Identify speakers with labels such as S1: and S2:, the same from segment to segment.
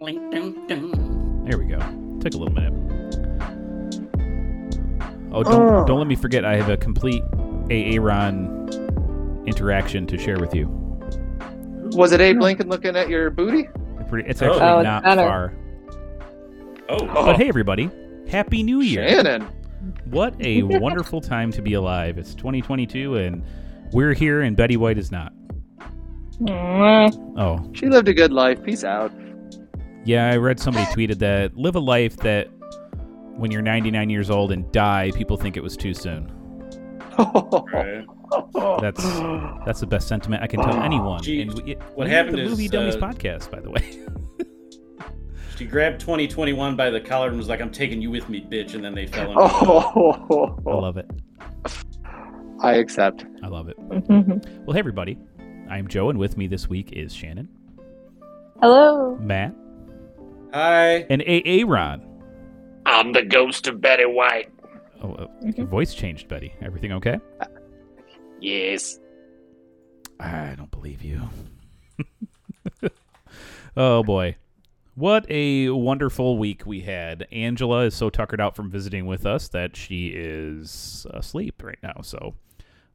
S1: Link, dun, dun.
S2: There we go. Took a little minute. Oh, don't, don't let me forget. I have a complete Aaron interaction to share with you.
S3: Was it Abe Lincoln looking at your booty?
S2: Pretty- It's
S4: Oh.
S2: actually
S4: Oh,
S5: it's
S2: not
S5: better.
S2: far.
S4: Oh,
S2: But hey, everybody! Happy New Year!
S3: Shannon.
S2: What a wonderful time to be alive. It's 2022, and we're here, and Betty White is not.
S5: Mm,
S2: Oh,
S3: She lived a good life. Peace out.
S2: yeah, I read somebody tweeted that live a life that when you're 99 years old and die, people think it was too soon.
S4: right.
S2: That's that's the best sentiment I can tell anyone.
S4: Gee,
S2: and we, it-
S4: what
S2: we have
S4: happened
S2: the
S4: is,
S2: Movie Dummies
S4: uh,
S2: podcast, by the way.
S4: She grabbed 2021 by the collar and was like, "I'm taking you with me, bitch." And then they fell in.
S2: I
S3: Oh,
S2: love it.
S3: I accept.
S2: I love it.
S5: mhm.
S2: Well, hey everybody, I'm Joe, and with me this week is Shannon,
S5: Hello.
S2: Matt,
S4: Hi.
S2: and Aaron.
S6: I'm the ghost of Betty White.
S2: Oh, uh, your voice changed, Betty. Everything okay?
S6: Yes.
S2: I don't believe you. oh boy. What a wonderful week we had. Angela is so tuckered out from visiting with us that she is asleep right now, so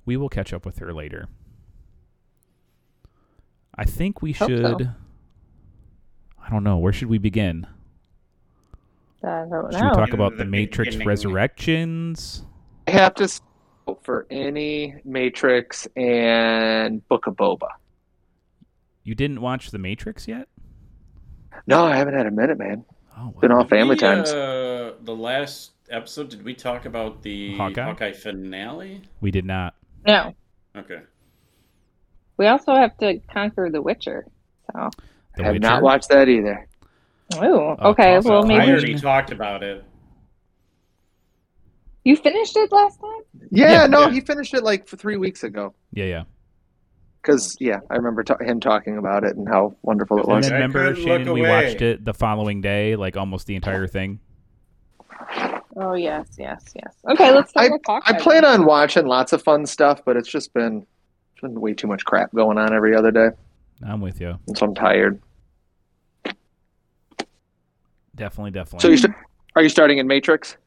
S2: we will catch up with her later. I think we
S5: Hope so.
S2: should I don't know, where should we begin?
S5: I don't
S2: Should we
S5: know.
S2: talk about the
S4: Beginning.
S2: Matrix Resurrections?
S3: I have to s- for any Matrix and Book of Boba.
S2: You didn't watch The Matrix yet?
S3: No, I haven't had a minute, man.
S2: Oh,
S3: Been
S2: wow.
S3: all family
S4: We,
S3: times.
S4: Uh, the last episode, did we talk about the
S2: Hawkeye?
S4: finale?
S2: we did not.
S5: No,
S4: Okay.
S5: we also have to conquer The Witcher. So,
S2: The
S3: have not
S2: Witcher?
S3: watched that either.
S5: ooh,
S2: Oh,
S5: okay.
S2: toss
S5: Well,
S2: up.
S4: I
S5: maybe
S4: already talked about it.
S5: you finished it last time.
S3: Yeah,
S2: Yeah.
S3: no,
S4: Yeah.
S3: he finished it like three weeks ago.
S2: Yeah, yeah.
S3: Because yeah, I remember ta- him talking about it and how wonderful it
S4: And
S2: And
S3: was.
S2: then
S4: I
S2: remember,
S4: couldn't look
S2: Shannon, we
S4: away.
S2: watched it the following day, like almost the entire thing.
S5: Oh yes, yes, yes. Okay, let's talk about Hawkeye.
S3: I plan on watching lots of fun stuff, but it's just been, it's been way too much crap going on every other day,
S2: I'm with you.
S3: and so I'm tired.
S2: Definitely, definitely.
S3: So you st- are you starting in Matrix?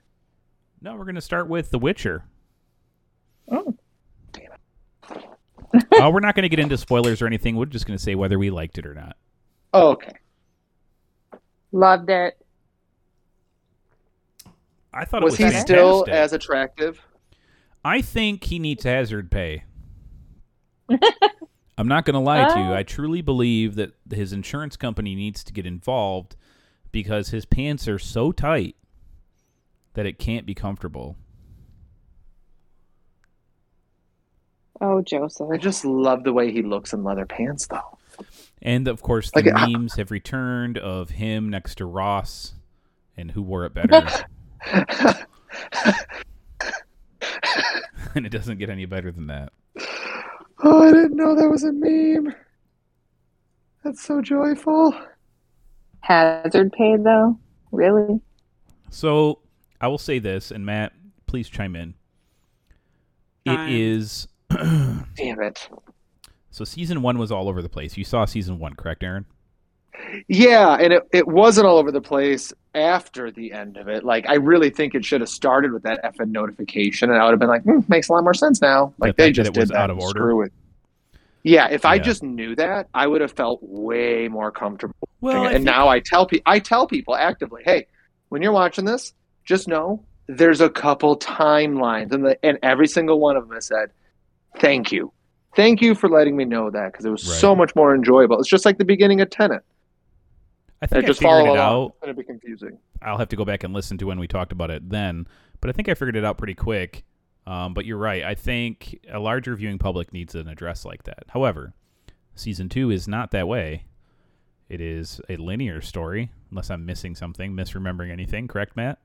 S2: no, we're gonna start with The Witcher.
S5: Oh.
S2: Oh, we're not gonna get into spoilers or anything. We're just gonna say whether we liked it or not.
S3: Oh, okay.
S5: Loved it.
S2: I thought
S3: Was
S2: it
S3: he
S2: was
S3: still
S2: fantastic.
S3: as attractive?
S2: I think he needs hazard pay. I'm not going to lie
S3: Oh.
S2: to you.
S5: Ah.
S2: I truly believe that his insurance company needs to get involved because his pants are so tight that it can't be comfortable.
S5: Oh, Joseph.
S3: I just love the way he looks in leather pants, though.
S2: And of course, the
S3: Like, I-
S2: memes have returned of him next to Ross and who wore it better. and it doesn't get any better than that.
S3: Oh, I didn't know that was a meme. That's so joyful.
S5: Hazard pay though. Really?
S2: So I will say this, and Matt, please chime in. It
S1: Time.
S2: is
S3: Damn it.
S2: so season one was all over the place. You saw season one, correct, Aaron?
S3: Yeah, and it, it wasn't all over the place after the end of it. Like, I really think it should have started with that effing notification, and I would have been like, hmm, makes a lot more sense now. Like,
S2: The
S3: they
S2: fact that
S3: just
S2: it
S3: did
S2: was
S3: that
S2: out of
S3: to
S2: order.
S3: Screw it. Yeah, if I
S2: Yeah.
S3: just knew that, I would have felt way more comfortable.
S2: Well, I
S3: and
S2: think-
S3: now I tell pe- I tell people actively, hey, when you're watching this, just know there's a couple timelines, and the, and every single one of them has said, thank you, thank you for letting me know that because it was
S2: Right.
S3: so much more enjoyable. It's just like the beginning of Tenet.
S2: I think I,
S3: just
S2: figured
S3: follow
S2: it
S3: along.
S2: out.
S3: It's going to be confusing.
S2: I'll have to go back and listen to when we talked about it then, but I think I figured it out pretty quick. Um, but you're right. I think a larger viewing public needs an address like that. However, season two is not that way. It is a linear story, unless I'm missing something, misremembering anything. Correct, Matt?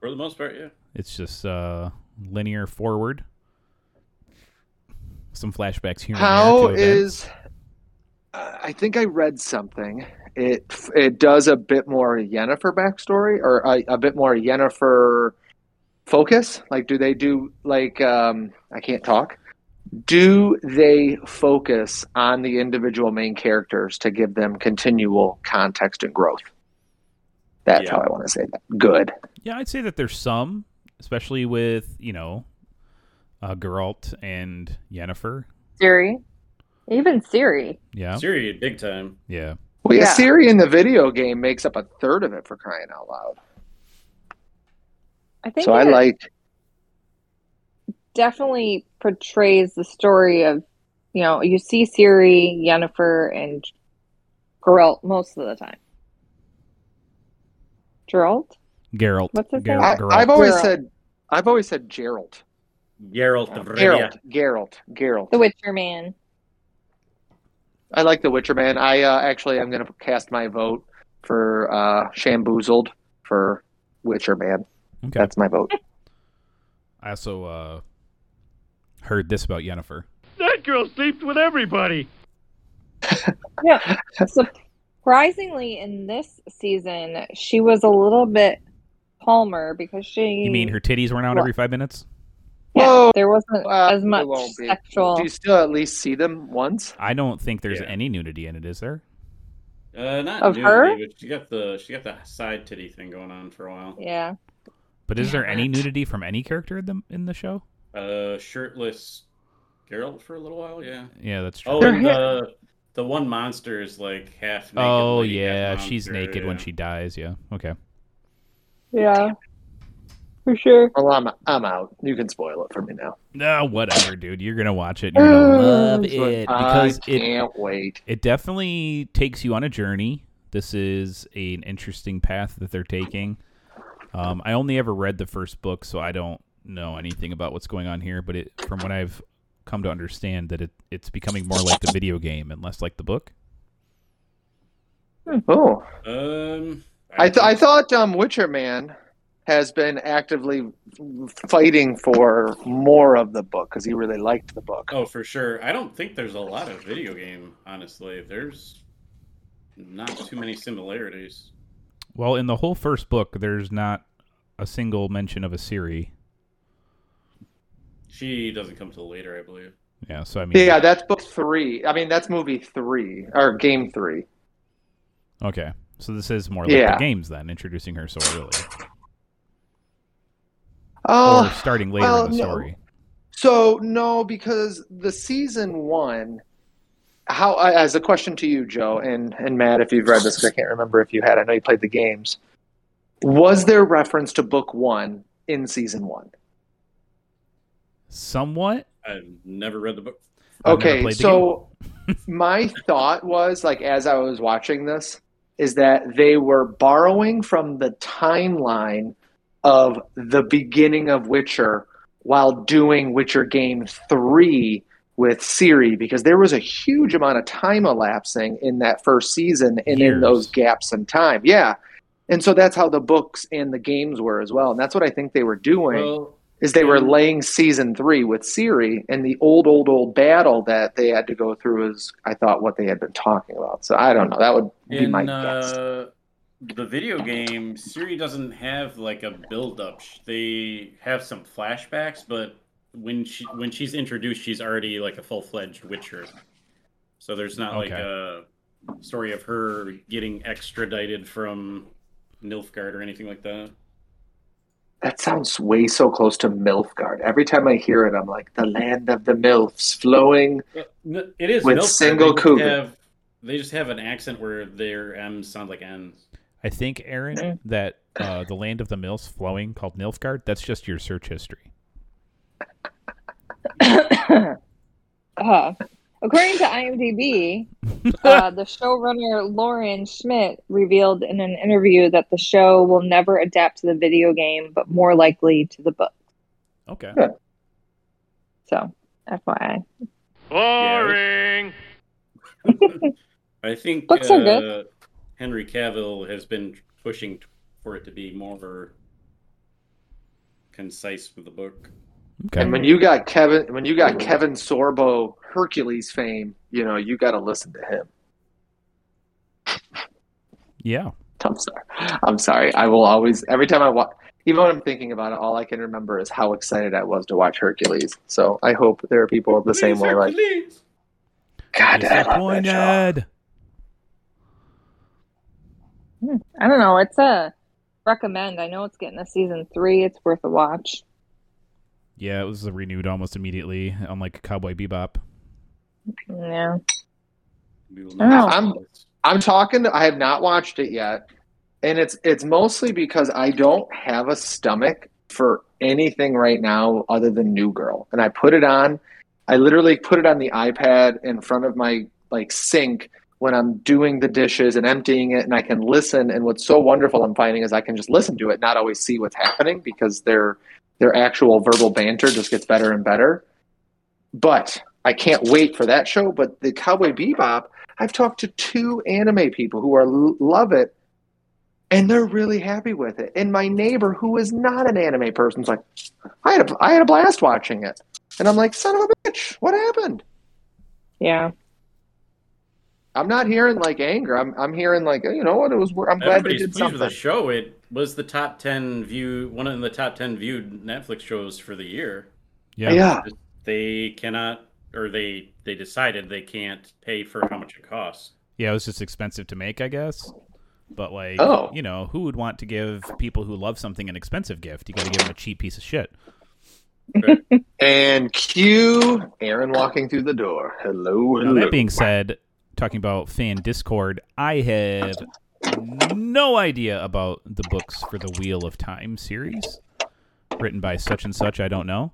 S4: For the most part, yeah.
S2: It's just uh, linear forward. Some flashbacks here. and there
S3: How
S2: to events.
S3: is? Uh, I think I read something. It it does a bit more Yennefer backstory or a, a bit more Yennefer focus. Like, do they do like? Um, I can't talk. do they focus on the individual main characters to give them continual context and growth? That's
S4: Yeah.
S3: how I want to say that. Good.
S2: Yeah, I'd say that there's some, especially with you know, uh, Geralt and Yennefer.
S5: Siri. Even Siri.
S2: Yeah,
S4: Siri, big time.
S2: yeah.
S3: Well, yeah.
S5: Yeah.
S3: Siri in the video game makes up a third of it for crying out loud.
S5: I think
S3: so I
S5: it
S3: like
S5: definitely portrays the story of, you know, you see Siri, Yennefer, and Geralt most of the time. Geralt?
S2: Geralt.
S5: What's his
S2: Geralt,
S5: name?
S3: I,
S2: Geralt.
S3: I've always
S5: Geralt.
S3: said I've always said Gerald.
S4: Geralt of Rivia.
S3: Gerald. Gerald. Gerald.
S5: The Witcher Man.
S3: I like The Witcher Man. I uh, actually I'm going to cast my vote for uh, Shamboozled for Witcher Man.
S2: okay.
S3: That's my vote.
S2: I also uh, heard this about Yennefer.
S7: That girl sleeps with everybody.
S5: Yeah. Surprisingly, in this season, she was a little bit calmer because she.
S2: You mean her titties weren't out
S5: Well-
S2: every five minutes?
S3: Whoa.
S5: There wasn't
S3: Oh, Well,
S5: as
S3: it
S5: much
S3: won't be.
S5: sexual.
S3: Do you still at least see them once?
S2: I don't think there's
S4: Yeah.
S2: any nudity in it, is there?
S4: Uh, not
S5: Of
S4: nudity,
S5: her?
S4: but she got the she got the side titty thing going on for a while.
S5: Yeah.
S2: But is there
S3: Damn
S2: any
S3: it.
S2: nudity from any character in the in the show?
S4: Uh, shirtless Geralt for a little while. Yeah.
S2: Yeah, that's true.
S4: Oh,
S3: Their
S4: and
S3: hair-
S4: the the one monster is like half. naked
S2: Oh,
S4: lady,
S2: yeah,
S4: half
S2: she's
S4: monster,
S2: naked when
S4: yeah.
S2: she dies. Yeah, okay.
S5: Yeah. For sure.
S3: Well, I'm, I'm out. You can spoil it for me now.
S2: No, whatever, dude. You're gonna watch it. and You're gonna love it because
S3: I
S2: it
S3: can't wait.
S2: it definitely takes you on a journey. This is an interesting path that they're taking. Um, I only ever read the first book, so I don't know anything about what's going on here. But it, from what I've come to understand, that it it's becoming more like the video game and less like the book.
S3: Oh,
S4: Um,
S3: I, th- I thought um, Witcher Man has been actively fighting for more of the book because he really liked the book.
S4: Oh, for sure. I don't think there's a lot of video game. Honestly, there's not too many similarities.
S2: Well, in the whole first book, there's not a single mention of a Siri.
S4: She doesn't come till later, I believe.
S2: Yeah, so I mean,
S3: Yeah, that's book three. I mean, that's movie three or game three.
S2: Okay, so this is more like
S3: Yeah.
S2: the games then, introducing her so early
S3: Oh,
S2: or starting later
S3: well,
S2: in the
S3: no.
S2: story.
S3: Oh, So no, because the season one, how I- as a question to you, Joe and and Matt, if you've read this, 'cause I can't remember if you had. I know you played the games. Was there reference to book one in season one?
S2: Somewhat.
S4: I've never read the book.
S2: I've never
S3: okay,
S2: played the
S3: so my thought was like as I was watching this is that they were borrowing from the timeline of the beginning of Witcher while doing Witcher game 3 with Siri because there was a huge amount of time elapsing in that first season and in
S2: Years.
S3: those gaps in time. Yeah. And so that's how the books and the games were as well. And that's what I think they were doing
S4: Well,
S3: is they were
S4: Mm-hmm.
S3: laying season three with Siri, and the old, old, old battle that they had to go through is, I thought, what they had been talking about. So I don't know. That would be
S4: in
S3: my guess.
S4: uh, the video game, Siri doesn't have like a build up. They have some flashbacks, but when she when she's introduced, she's already like a full fledged Witcher. So there's not like
S2: Okay.
S4: a story of her getting extradited from Nilfgaard or anything like that.
S3: That sounds way so close to Milfgard. Every time I hear it, I'm like, the land of the Milfs flowing.
S4: Uh, N- It is
S3: With
S4: Nilfgaard,
S3: single
S4: they just
S3: cougar.
S4: have- They just have an accent where their M's sound like N's.
S2: I think
S3: Mm.
S2: Aaron that uh, the land of the mills flowing called Nilfgaard. That's just your search history.
S5: Uh, according to IMDb, uh, the showrunner Lauren Schmidt revealed in an interview that the show will never adapt to the video game, but more likely to the book.
S2: Okay.
S5: So, FYI.
S7: Boring.
S4: I think
S5: Books
S4: uh,
S5: are good.
S4: Henry Cavill has been pushing t- for it to be more concise with the book.
S2: Okay.
S3: And when you got Kevin, when you got Kevin Sorbo Hercules fame, you know you got to listen to him.
S2: yeah.
S3: I'm sorry. I'm sorry. I will always every time I watch even when I'm thinking about it, all I can remember is how excited I was to watch Hercules. So I hope there are people the same way. Like,
S4: Hercules!
S3: God, I love that show.
S2: Disappointed.
S5: I don't know. It's a recommend. I know it's getting a season three. It's worth a watch.
S2: Yeah, it was renewed almost immediately, unlike Cowboy Bebop.
S5: Yeah.
S4: We will
S5: Oh.
S4: not-
S3: I'm- I'm talking. I have not watched it yet, and it's it's mostly because I don't have a stomach for anything right now other than New Girl. And I put it on. I literally put it on the iPad in front of my like sink when I'm doing the dishes and emptying it, and I can listen. And what's so wonderful I'm finding is I can just listen to it, not always see what's happening because their their actual verbal banter just gets better and better. But I can't wait for that show. But the Cowboy Bebop. I've talked to two anime people who are love it, and they're really happy with it. And my neighbor, who is not an anime person, is like, I had a, I had a blast watching it, and I'm like, son of a bitch, what happened?
S5: Yeah.
S3: I'm not hearing like anger. I'm I'm hearing like you know what it was. wor- I'm glad they
S4: Everybody's
S3: did
S4: pleased with
S3: something.
S4: the show. It was the top ten view, one of the top ten viewed Netflix shows for the year.
S2: Yeah.
S3: Yeah.
S4: They cannot, or they they decided they can't pay for how much it costs.
S2: Yeah, it was just expensive to make, I guess. But like,
S3: Oh.
S2: you know, who would want to give people who love something an expensive gift? You got to give them a cheap piece of shit.
S3: and cue Aaron walking through the door. Hello,
S2: Now,
S3: hello.
S2: that being said, talking about fan Discord, I have no idea about the books for the Wheel of Time series written by such and such. I don't know.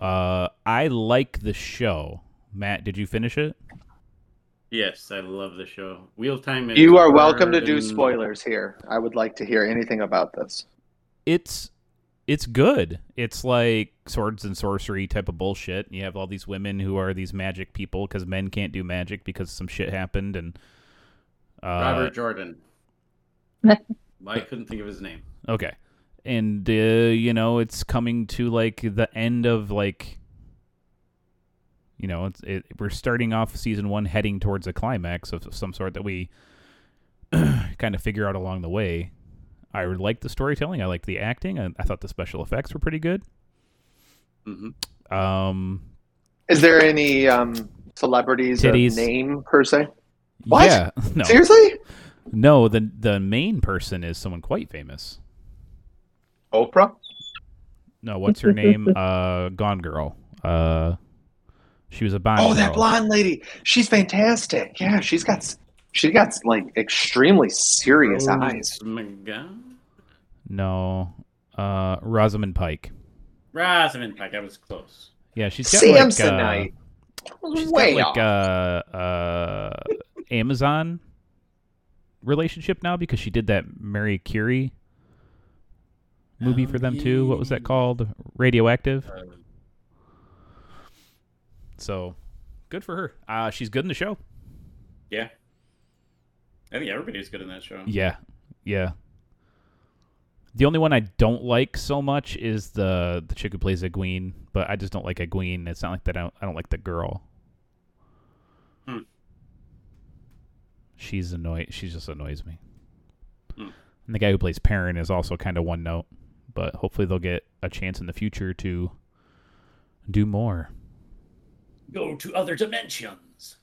S2: Uh, I like the show. Matt, did you finish it?
S4: Yes, I love the show. Wheel of Time. Is
S3: you are welcome to
S4: hard
S3: do
S4: and-
S3: spoilers here. I would like to hear anything about this.
S2: it's it's good. It's like swords and sorcery type of bullshit. You have all these women who are these magic people because men can't do magic because some shit happened and uh,
S4: Robert Jordan. I couldn't think of his name.
S2: Okay, and uh, you know it's coming to like the end of like you know it's it, we're starting off season one heading towards a climax of some sort that we kind of figure out along the way. I like the storytelling. I like the acting. I, I thought the special effects were pretty good.
S4: hmm
S3: Mm-hmm.
S2: Um,
S3: Is there any um, celebrities of
S2: Titties.
S3: name per se? What?
S2: Yeah. No.
S3: Seriously?
S2: No, the the main person is someone quite famous.
S3: Oprah?
S2: No, what's her name? Uh Gone Girl. Uh she was a Bond
S3: Oh, that
S2: girl.
S3: blonde lady. She's fantastic. Yeah, she's got she got like extremely serious
S2: Oh,
S3: eyes.
S4: McGowan?
S2: No. Uh Rosamund Pike.
S4: Rosamund Pike. I was close.
S2: Yeah, she's got like
S3: Samsonite.
S2: uh, she's
S3: Way
S2: got
S3: off.
S2: like uh uh Amazon relationship now because she did that Mary Curie movie
S4: Oh,
S2: for them too. What was that
S4: yeah.
S2: called? Radioactive.
S4: Uh,
S2: So good for her. Uh she's good in the show.
S4: yeah. I think everybody's good in that show.
S2: Yeah, yeah. The only one I don't like so much is the the chick who plays Egwene, but I just don't like Egwene. It's not like that. I don't, I don't like the girl.
S4: Hmm.
S2: She's annoy. She just annoys me.
S4: Hmm.
S2: And the guy who plays Perrin is also kind of one note, but hopefully they'll get a chance in the future to do more.
S4: Go to other dimensions.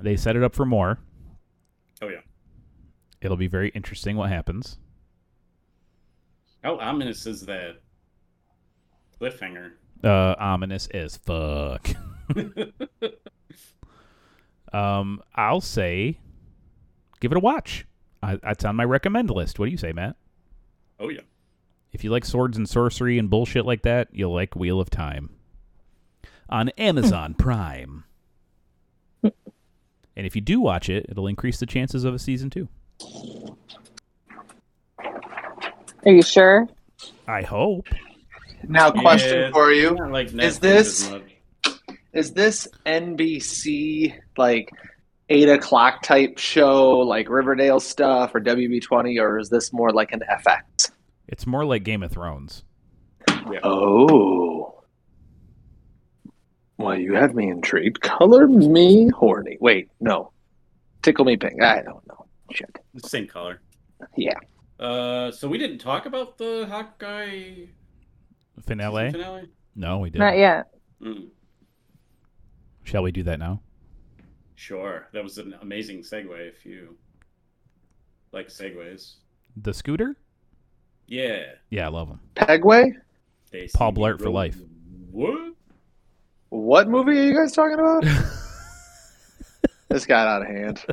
S2: They set it up for more.
S4: Oh yeah.
S2: It'll be very interesting what happens.
S4: How Oh, ominous is that cliffhanger?
S2: Uh, ominous as fuck. um, I'll say, give it a watch. I, it's on my recommend list. What do you say, Matt?
S4: Oh yeah.
S2: If you like swords and sorcery and bullshit like that, you'll like Wheel of Time on Amazon Prime. and if you do watch it, it'll increase the chances of a season two.
S5: Are you sure?
S2: I hope.
S3: Now, question
S4: Yeah.
S3: for you:
S4: Not like
S3: Is
S4: Netflix
S3: this-
S4: as much.
S3: Is this NBC like eight o'clock type show, like Riverdale stuff, or WB twenty, or is this more like an FX?
S2: It's more like Game of Thrones.
S3: Oh. Well, you have me intrigued. Color me horny. Wait, no. Tickle me pink. I don't know. Shit.
S4: Same color.
S3: Yeah.
S4: Uh, so we didn't talk about the Hawkeye
S2: Finale?
S4: season finale.
S2: No, we
S5: Not
S2: didn't.
S5: yet.
S4: Mm,
S2: Shall we do that now?
S4: sure, that was an amazing segue. If you like segues,
S2: The scooter?
S4: yeah.
S2: Yeah, I love him.
S3: Pegway?
S4: They see
S2: Paul
S4: me
S2: Blart for
S4: roll-
S2: life.
S4: What?
S3: What movie are you guys talking about? this got out of hand.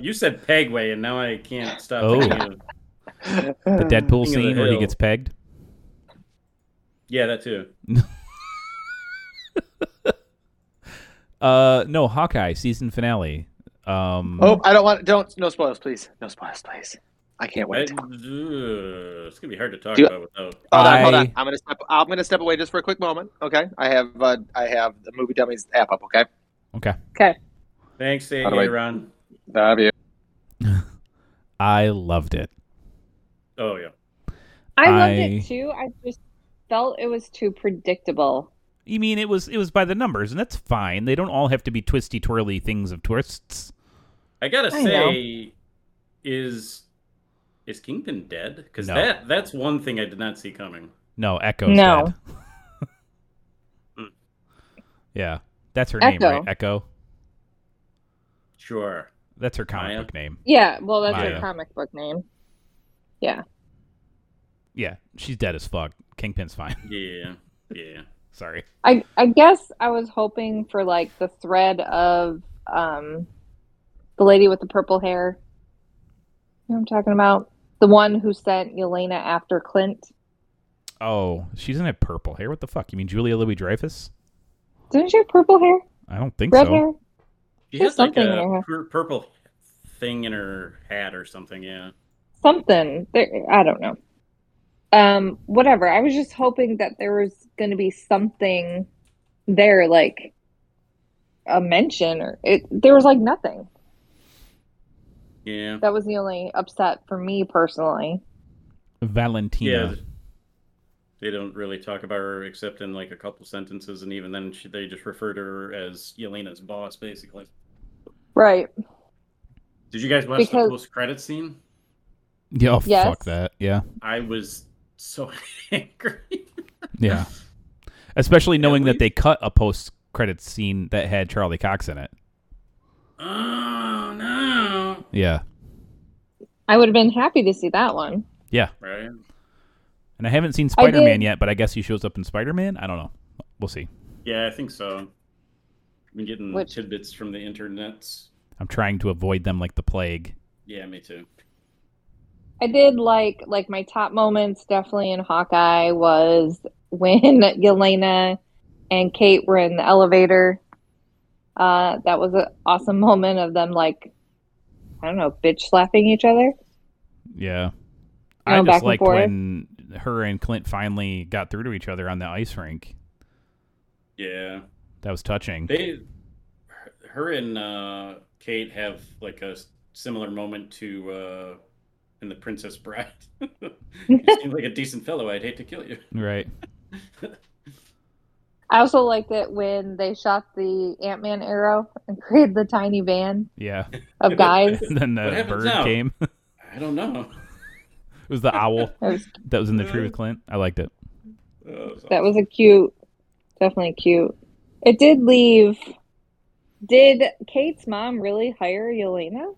S4: you said Pegway, and now I can't stop.
S2: Oh.
S4: thinking of-
S2: Um, The Deadpool
S4: King of the
S2: scene where he
S4: Hill.
S2: gets pegged.
S4: yeah, that too.
S2: Uh, no, Hawkeye season finale. Um,
S3: Oh, I don't want. Don't. No spoilers, please. No spoilers, please. I can't
S4: I-
S3: wait.
S4: ugh, it's gonna be hard to talk
S3: Do-
S4: about without.
S3: Hold on, hold on.
S2: I-
S3: I'm gonna step. I'm gonna step away just for a quick moment. Okay. I have. Uh, I have the movie dummies app up. Okay.
S2: okay.
S4: Thanks,
S3: How do I-
S4: Aaron.
S3: Love you.
S2: I loved it.
S4: Oh yeah.
S5: I loved
S2: I-
S5: it too. I just felt it was too predictable.
S2: You mean it was it was by the numbers, and that's fine. They don't all have to be twisty twirly things of twists.
S4: I gotta
S5: I
S4: say, is is Kingpin dead? Because
S2: No.
S4: that that's one thing I did not see coming.
S2: No, Echo's
S5: No.
S2: dead.
S4: Mm.
S2: yeah, that's her name,
S5: Echo.
S2: right? Echo.
S4: Sure.
S2: That's her comic
S4: Maya?
S2: book name.
S5: Yeah, well, that's
S2: Maya.
S5: her comic book name.
S2: Yeah, she's dead as fuck. Kingpin's fine.
S4: Yeah. Yeah.
S2: Sorry.
S5: I I guess I was hoping for like the thread of um the lady with the purple hair. You know what I'm talking about? The one who sent Yelena after Clint.
S2: Oh, she doesn't have purple hair. What the fuck? You mean Julia Louis Dreyfus?
S5: Didn't she have purple hair?
S2: I don't think
S5: Red
S2: so.
S5: hair?
S4: She
S5: There's
S4: has like
S5: something in her
S4: a
S5: hat.
S4: pur- purple thing in her hat or something. Yeah.
S5: Something. There, I don't know. Um, whatever. I was just hoping that there was going to be something there, like a mention, or it. There was like nothing.
S4: Yeah.
S5: That was the only upset for me personally.
S2: Valentina.
S4: Yeah. They don't really talk about her except in like a couple sentences, and even then, she, they just refer to her as Yelena's boss, basically.
S5: Right.
S4: Did you guys watch
S5: Because-
S4: the post credit scene?
S2: Yeah, oh,
S5: Yes.
S2: fuck that. Yeah.
S4: I was so angry.
S2: Yeah. Especially knowing
S4: we-
S2: that they cut a post credit scene that had Charlie Cox in it.
S4: Oh no!
S2: Yeah.
S5: I would have been happy to see that one.
S4: Right?
S2: And I haven't seen
S5: I did-
S2: Spider Man yet, but I guess he shows up in Spider Man. I don't know. We'll see.
S4: Yeah, I think so. I've been getting
S5: Which-
S4: tidbits from the internets.
S2: I'm trying to avoid them like the plague.
S4: Yeah, me too.
S5: I did like like my top moments definitely in Hawkeye was when Yelena and Kate were in the elevator. Uh, that was an awesome moment of them like I don't know, bitch slapping each other.
S2: Yeah.
S5: Going
S2: I
S5: back
S2: just
S5: and
S2: liked
S5: forth.
S2: when her and Clint finally got through to each other on the ice rink.
S4: Yeah,
S2: That was touching.
S4: they, her and uh, Kate have like a s- similar moment to uh, in the Princess Bride. you seem like a decent fellow. I'd hate to kill you.
S2: right.
S5: I also liked it when they shot the Ant Man arrow and created the tiny van
S2: Yeah.
S5: of guys.
S2: And then
S4: What
S2: the
S4: happens
S2: bird
S4: now?
S2: came. it
S4: I don't know.
S2: was the owl
S5: That was,
S2: that was in the tree with Clint. I liked it.
S4: Oh,
S5: that was a cute, definitely cute. It did leave. Did Kate's mom really hire Yelena?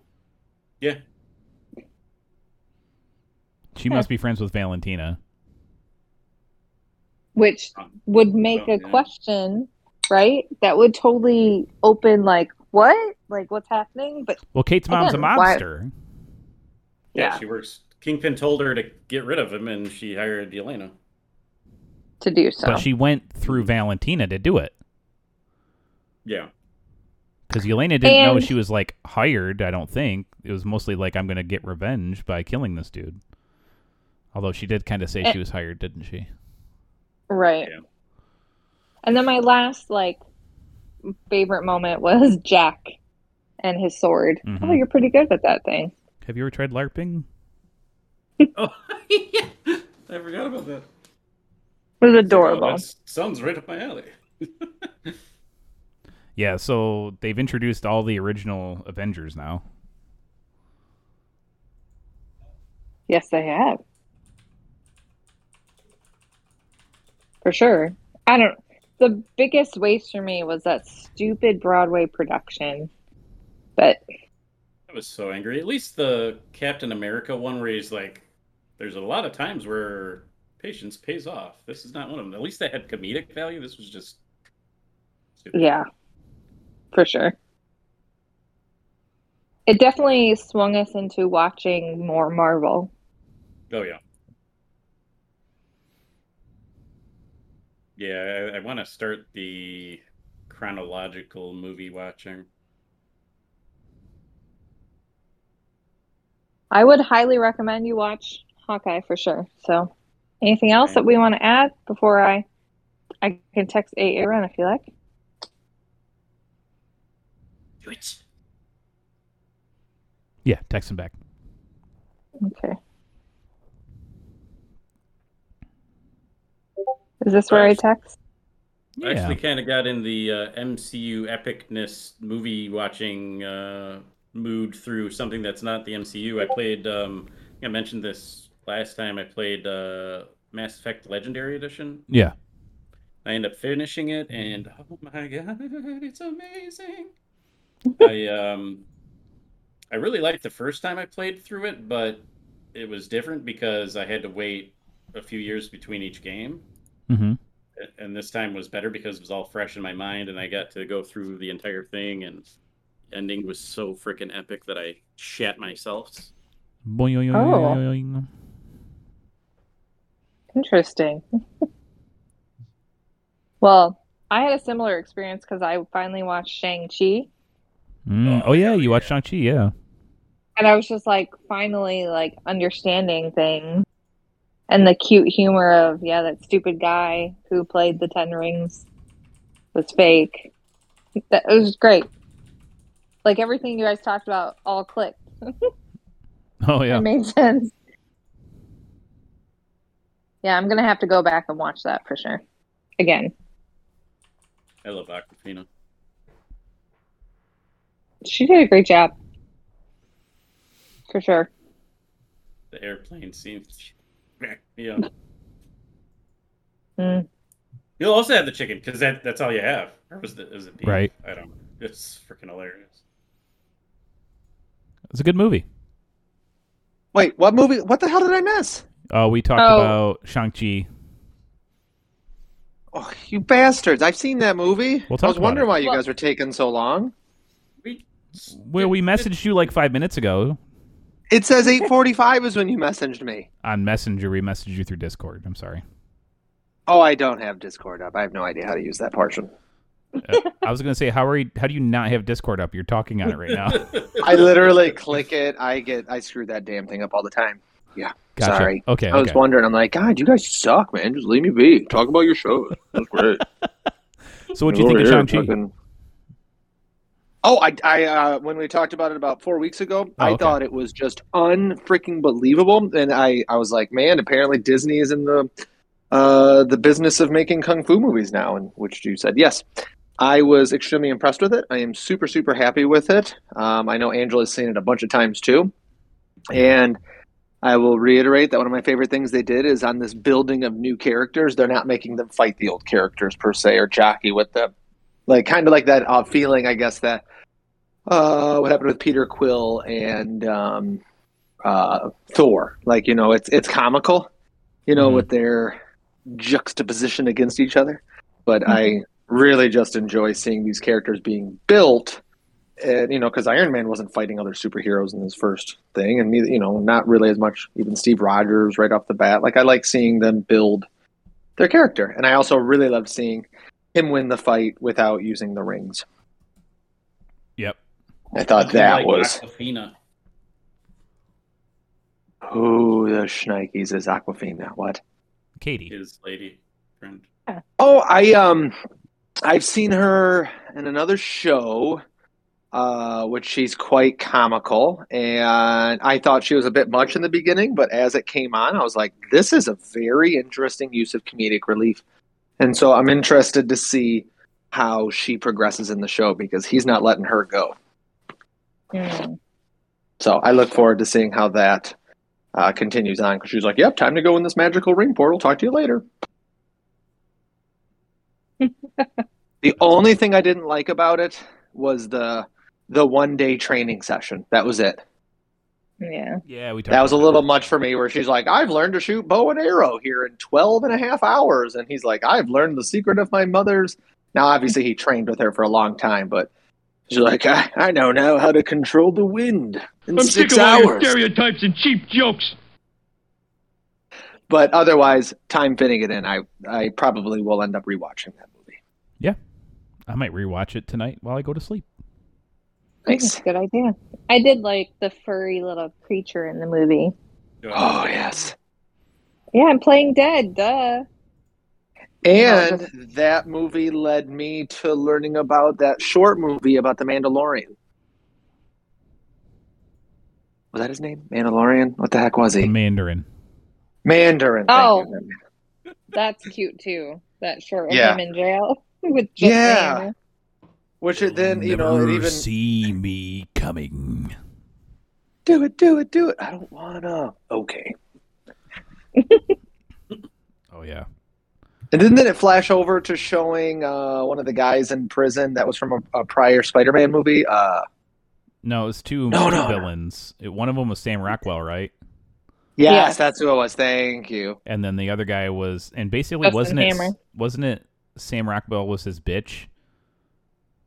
S4: yeah.
S2: She must be friends with Valentina.
S5: which would make
S4: Oh,
S5: a
S4: yeah.
S5: question right that would totally open like what like what's happening but
S2: Well, Kate's mom's a
S5: Again, why-
S2: monster.
S4: yeah,
S5: yeah
S4: She works. Kingpin told her to get rid of him, and she hired Yelena.
S5: to do so
S2: But she went through Valentina to do it
S4: Yeah,
S2: because Yelena didn't know
S5: And-
S2: she was like hired. I don't think it was mostly like I'm gonna get revenge by killing this dude. Although she did kind of say
S5: And-
S2: she was hired, didn't she?
S5: right
S4: Yeah.
S5: and then my last like favorite moment was jack and his sword oh
S2: Mhm.
S5: you're pretty good with that thing
S2: Have you ever tried LARPing?
S4: Oh, yeah. I forgot about that.
S5: it
S4: It's like,
S5: was
S4: oh,
S5: adorable
S4: that sounds right up my alley.
S2: Yeah. So they've introduced all the original Avengers now.
S5: Yes, they have. For sure. I don't. The biggest waste for me was that stupid Broadway production. But
S4: I was so angry. At least the Captain America one, where he's like, "There's a lot of times where patience pays off." This is not one of them. At least that had comedic value. This was just stupid.
S5: yeah, for sure. It definitely swung us into watching more Marvel.
S4: Oh yeah. Yeah, I, I want to start the chronological movie watching.
S5: I would highly recommend you watch Hawkeye for sure. So, anything else that we want to add before I, I can text a Aaron if you like.
S4: Do it.
S2: Yeah, text him back.
S5: Okay. Is this where I
S4: Alright.
S5: text?
S4: I
S2: Yeah.
S4: actually kind of got in the uh, MCU epicness movie watching uh, mood through something that's not the MCU. I played, um, I think I mentioned this last time, I played uh, Mass Effect Legendary Edition.
S2: Yeah.
S4: I end up finishing it, and oh my god, it's amazing. I um, I really liked the first time I played through it, but it was different because I had to wait a few years between each game,
S2: Mm-hmm.
S4: and this time was better because it was all fresh in my mind, and I got to go through the entire thing, and ending was so freaking epic that I shat myself.
S2: Oh.
S5: Interesting. well, I had a similar experience because I finally watched Shang-Chi
S2: Mm. Oh yeah, you watched Shang Chi. Yeah.
S5: and I was just like finally like understanding things and the cute humor of yeah, that stupid guy who played the Ten Rings was fake. That it was great. Like everything you guys talked about all clicked.
S2: Oh yeah.
S5: It made sense. Yeah, I'm gonna have to go back and watch that for sure. Again,
S4: I love Aquafina.
S5: she did a great job. For sure.
S4: The airplane seems yeah.
S5: Mm.
S4: You'll also have the chicken because that, that's all you have. Or was it, was it beef?
S2: Right.
S4: I don't know. It's freaking hilarious.
S2: It's a good movie.
S3: Wait, what movie? What the hell did I miss?
S2: Uh, we talked
S5: Oh.
S2: about Shang Chi.
S3: Oh, you bastards! I've seen that movie.
S2: We'll
S3: I
S2: talk
S3: was
S2: about
S3: wondering
S2: it.
S3: why you
S5: Well-
S3: guys were taking so long.
S4: We,
S2: Well, we messaged you like five minutes ago
S3: It says 8:45 is when you messaged me.
S2: on Messenger. We messaged you through Discord. I'm sorry.
S3: Oh, I don't have Discord up. I have no idea how to use that portion.
S2: Uh, I was gonna say, how are you? How do you not have Discord up? You're talking on it right now.
S3: I literally click it. I get I screw that damn thing up all the time.
S2: Gotcha.
S3: Sorry.
S2: Okay.
S3: I was
S2: okay.
S3: wondering. I'm like, God, you guys suck, man. Just leave me be. Talk about your show. That's great.
S2: So, what do you think of
S3: Over
S2: Shang
S3: here,
S2: Chi?
S3: fucking- Oh, I, I uh, when we talked about it about four weeks ago, I
S2: okay.
S3: thought it was just unfreaking believable, and I, I was like, man, apparently Disney is in the uh, the business of making kung fu movies now, and which you said yes. I was extremely impressed with it. I am super super happy with it. Um, I know Angela's seen it a bunch of times too, and I will reiterate that one of my favorite things they did is on this building of new characters. They're not making them fight the old characters per se or jockey with them like kind of like that uh, feeling, I guess that uh, what happened with Peter Quill and um, uh, Thor. Like you know, it's it's comical, you know,
S2: Mhm.
S3: with their juxtaposition against each other. But I really just enjoy seeing these characters being built. And, you know, because Iron Man wasn't fighting other superheroes in his first thing, and neither, you know, not really as much. Even Steve Rogers, right off the bat, like I like seeing them build their character, and I also really love seeing him win the fight without using the rings.
S2: Yep.
S3: I thought that was
S4: Aquafina.
S3: who the shnikes is Aquafina. What?
S2: Katie.
S4: His lady friend.
S3: Oh, I um, I've seen her in another show, uh, which she's quite comical, and I thought she was a bit much in the beginning, but as it came on, I was like, this is a very interesting use of comedic relief, and so I'm interested to see how she progresses in the show because he's not letting her go.
S5: Mm.
S3: So I look forward to seeing how that uh, continues on because she's like, "Yep, time to go in this magical ring portal. Talk to you later." the only thing I didn't like about it was the the one day training session. That was it.
S5: Yeah.
S2: Yeah, we talked
S3: That was a
S2: about
S3: little much for me where she's like, I've learned to shoot bow and arrow here in 12 and a half hours. And he's like, I've learned the secret of my mother's. Now, obviously, he trained with her for a long time, but she's like, I, I know now how to control the wind in
S7: I'm sick
S3: six
S7: of all your
S3: hours.
S7: stereotypes and cheap jokes.
S3: But otherwise, time fitting it in, I, I probably will end up rewatching that movie.
S2: I might rewatch it tonight while I go to sleep.
S3: Nice.
S5: Good idea. I did like the furry little creature in the movie.
S3: Oh, yes.
S5: Yeah, I'm playing dead. Duh.
S3: And that movie led me to learning about that short movie about the Mandalorian. Was that his name? Mandalorian? What the heck was
S2: The
S3: he?
S2: Mandarin.
S3: Mandarin. thank
S5: Oh.
S3: you.
S5: That's cute too. That short with
S3: Yeah.
S5: him in jail with just
S3: Yeah.
S5: Diana.
S3: Which it then, you know, it
S2: Never
S3: even
S2: see me coming.
S3: do it, do it, do it. I don't wanna. Okay.
S2: Oh yeah.
S3: And then, then it flash over to showing uh, one of the guys in prison that was from a, a prior Spider-Man movie. Uh,
S2: No, it's two
S3: No, no, no.
S2: villains. It- one of them was Sam Rockwell, right?
S3: yes,
S5: Yes.
S3: that's who it was. Thank you.
S2: And then the other guy was, and basically
S5: Justin
S2: wasn't it
S5: Hammer.
S2: wasn't it Sam Rockwell was his bitch,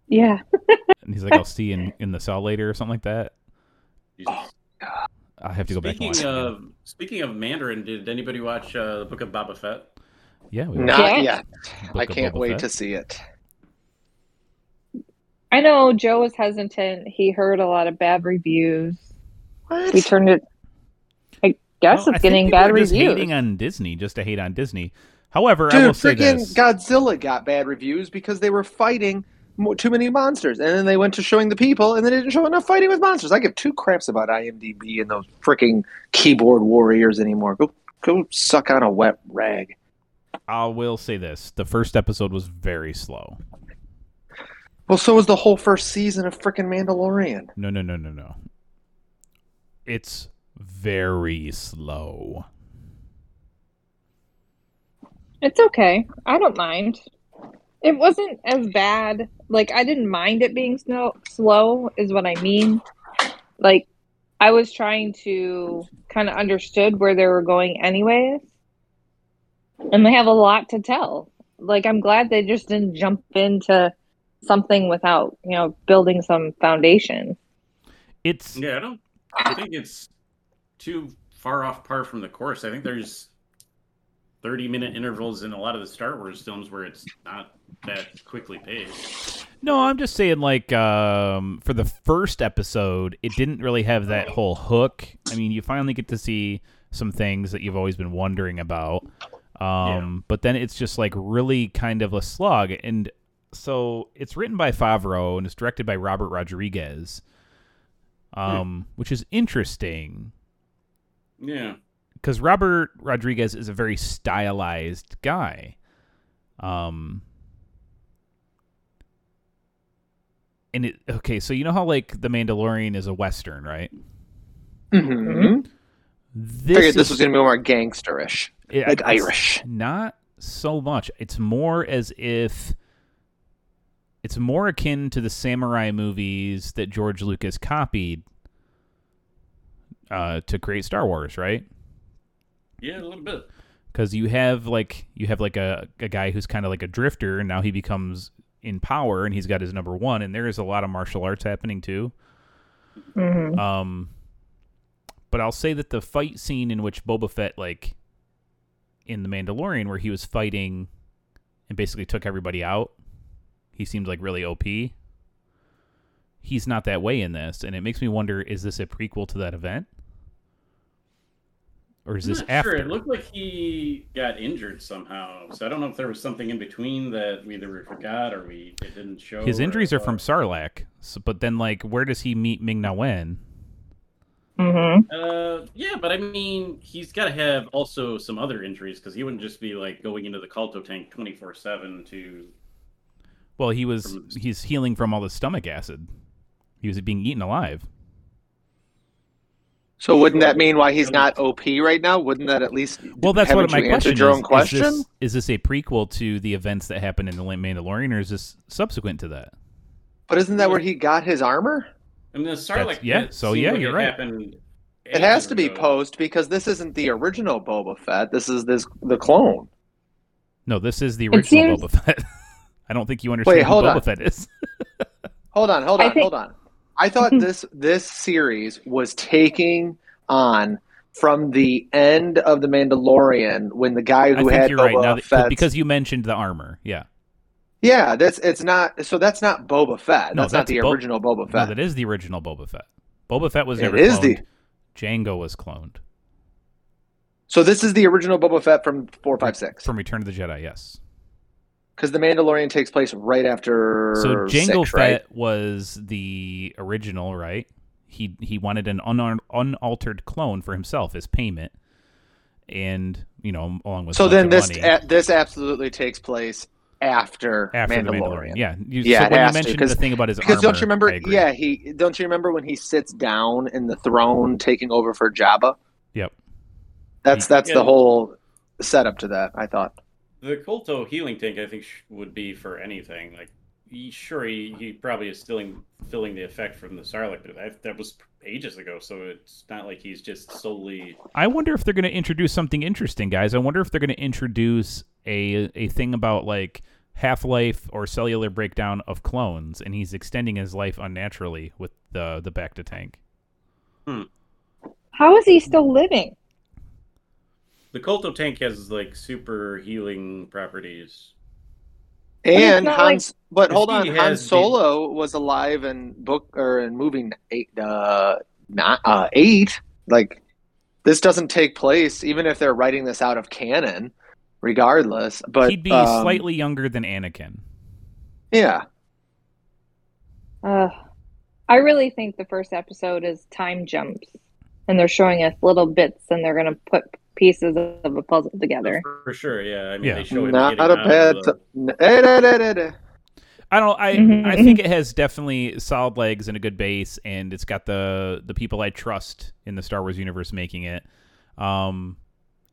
S5: Yeah.
S2: and he's like, "I'll see you in in the cell later" or something like that. I have to go back
S4: Speaking
S2: and watch. it
S4: of speaking of Mandarin, did anybody watch uh, the Book of Boba Fett?
S2: again. yeah, we
S3: Not
S5: Yeah.
S3: yet.
S2: watched
S3: I
S2: Book of
S3: can't
S2: Boba
S3: wait
S2: Fett.
S3: to see it.
S5: I know Joe was hesitant. He heard a lot of bad reviews.
S3: What?
S5: We turned it. I guess
S2: Well, Oh, I
S5: it's
S2: think
S5: getting
S2: people
S5: bad
S2: are just
S5: reviews.
S2: Hating on Disney just to hate on Disney. However, I will
S3: Dude,
S2: say
S3: freaking
S2: this.
S3: Godzilla got bad reviews because they were fighting mo- too many monsters, and then they went to showing the people, and they didn't show enough fighting with monsters. I give two craps about IMDb and those freaking keyboard warriors anymore. Go, go, suck on a wet rag.
S2: I will say this: the first episode was very slow.
S3: Well, so was the whole first season of freaking Mandalorian.
S2: No, no, no, no, no. It's very slow.
S5: It's okay. I don't mind. It wasn't as bad. Like I didn't mind it being snow slow is what I mean. Like I was trying to kind of understood where they were going anyways. And they have a lot to tell. Like I'm glad they just didn't jump into something without, you know, building some foundation.
S2: It's
S4: Yeah, I don't I think it's too far off par from the course. I think there's 30 minute intervals in a lot of the Star Wars films where it's not that quickly paced.
S2: No, I'm just saying, like, um, for the first episode, it didn't really have that whole hook. I mean, you finally get to see some things that you've always been wondering about. Um, But then it's just, like, really kind of a slog. And so it's written by Favreau and it's directed by Robert Rodriguez, um, which is interesting
S4: Yeah.
S2: because Robert Rodriguez is a very stylized guy. Um, and it okay, so you know how like the Mandalorian is a western, right?
S3: Mm-hmm.
S2: This
S3: Figured this
S2: is-
S3: was going to be more gangsterish,
S2: it-
S3: like
S2: it's
S3: Irish.
S2: Not so much. It's more as if it's more akin to the samurai movies that George Lucas copied uh, to create Star Wars, right?
S4: Yeah, a little bit.
S2: because you have like you have like a, a guy who's kind of like a drifter and now he becomes in power and he's got his number one and there is a lot of martial arts happening too
S5: Mhm.
S2: um but i'll say that the fight scene in which boba fett like in the mandalorian where he was fighting and basically took everybody out he seemed like really op he's not that way in this and it makes me wonder is this a prequel to that event or is
S4: I'm
S2: this
S4: not
S2: after
S4: Sure. It looked like he got injured somehow. So I don't know if there was something in between that we either we forgot or we it didn't show.
S2: His
S4: or-
S2: injuries are from Sarlacc, so, but then like, where does he meet Ming Na Wen?
S5: Mhm.
S4: Uh, yeah, but I mean, he's got to have also some other injuries because he wouldn't just be like going into the Calto tank 24 7 to.
S2: Well, he was
S4: From-
S2: he's healing from all the stomach acid. He was being eaten alive.
S3: So wouldn't that mean why he's not OP right now? Wouldn't that at least
S2: Well, that's
S3: haven't
S2: what my
S3: you
S2: question
S3: answered your
S2: is.
S3: own question?
S2: Is, this, is this a prequel to the events that happened in the Mandalorian, or is this subsequent to that?
S3: But isn't that where he got his armor?
S4: I mean, the
S2: That's-
S4: Sarlacc.
S2: yeah,
S4: pit
S2: so
S4: seemed
S2: yeah,
S4: like
S2: you're
S4: it
S2: right.
S4: Happened uh,
S3: It has to be
S4: ages ago.
S3: post because this isn't the original Boba Fett. This is this the clone.
S2: No, this is the original
S5: seems-
S2: Boba Fett. I don't think you understand
S3: hold
S2: who
S3: on.
S2: Boba Fett is.
S3: Hold on, hold
S5: I
S3: on,
S5: think-
S3: hold on. I thought this this series was taking on from the end of the Mandalorian when the guy
S2: I think
S3: who had
S2: you're right
S3: Boba
S2: now that-
S3: Fett's-
S2: because you mentioned the armor. Yeah,
S3: yeah, that's it's not so that's not Boba Fett.
S2: No,
S3: that's, not
S2: that's
S3: the
S2: Bo-
S3: original
S2: no,
S3: Boba Fett.
S2: that is the original Boba Fett. Boba Fett was
S3: It
S2: never
S3: is
S2: cloned.
S3: the-
S2: Django was cloned
S3: so this is the original Boba Fett from four, five, six.
S2: from Return of the Jedi. Yes.
S3: Because the Mandalorian takes place right after.
S2: So Jango
S3: six, right?
S2: Fett was the original, right? He he wanted an unar- unaltered clone for himself as payment, and you know, along with
S3: So
S2: lots
S3: then
S2: of
S3: this
S2: money.
S3: a, this absolutely takes place after,
S2: after the
S3: Mandalorian.
S2: Mandalorian. Yeah, you,
S3: Yeah,
S2: so
S3: it
S2: when
S3: has
S2: you
S3: to,
S2: mentioned
S3: 'cause-
S2: the thing about his
S3: Because
S2: armor,
S3: don't you remember?
S2: I agree.
S3: Yeah, he don't you remember when he sits down in the throne, taking over for Jabba?
S2: Yep. Mm.
S3: That's that's
S4: Yeah.
S3: the whole setup to that. I thought.
S4: The Colto healing tank, I think, sh- would be for anything. Like, he, sure, he, he probably is still in- feeling the effect from the Sarlacc, but that, that was ages ago, so it's not like he's just solely.
S2: I wonder if they're going to introduce something interesting, guys. I wonder if they're going to introduce a a thing about like half life or cellular breakdown of clones, and he's extending his life unnaturally with the the back to tank.
S5: How is he still living?
S4: The Colto tank has, like, super healing properties.
S5: it's
S3: And
S5: not
S3: Hans, but
S4: If
S3: hold
S4: he
S3: on,
S4: has
S3: Han
S4: the-
S3: Solo was alive in book or in movie eight, uh, not uh, eight. Like this doesn't take place, even if they're writing this out of canon. Regardless, but
S2: He'd be
S3: um,
S2: slightly younger than Anakin.
S3: yeah.
S5: Uh, I really think the first episode is time jumps, and they're showing us little bits, and they're gonna put pieces of a puzzle together.
S4: For, for sure, yeah. I mean,
S2: Yeah.
S4: they show him
S3: Not
S4: getting
S3: a
S4: out
S3: bad.
S4: of the-
S3: t- eh, da, da, da, da.
S2: I don't. I
S5: Mhm.
S2: I think it has definitely solid legs and a good base, and it's got the the people I trust in the Star Wars universe making it. Um,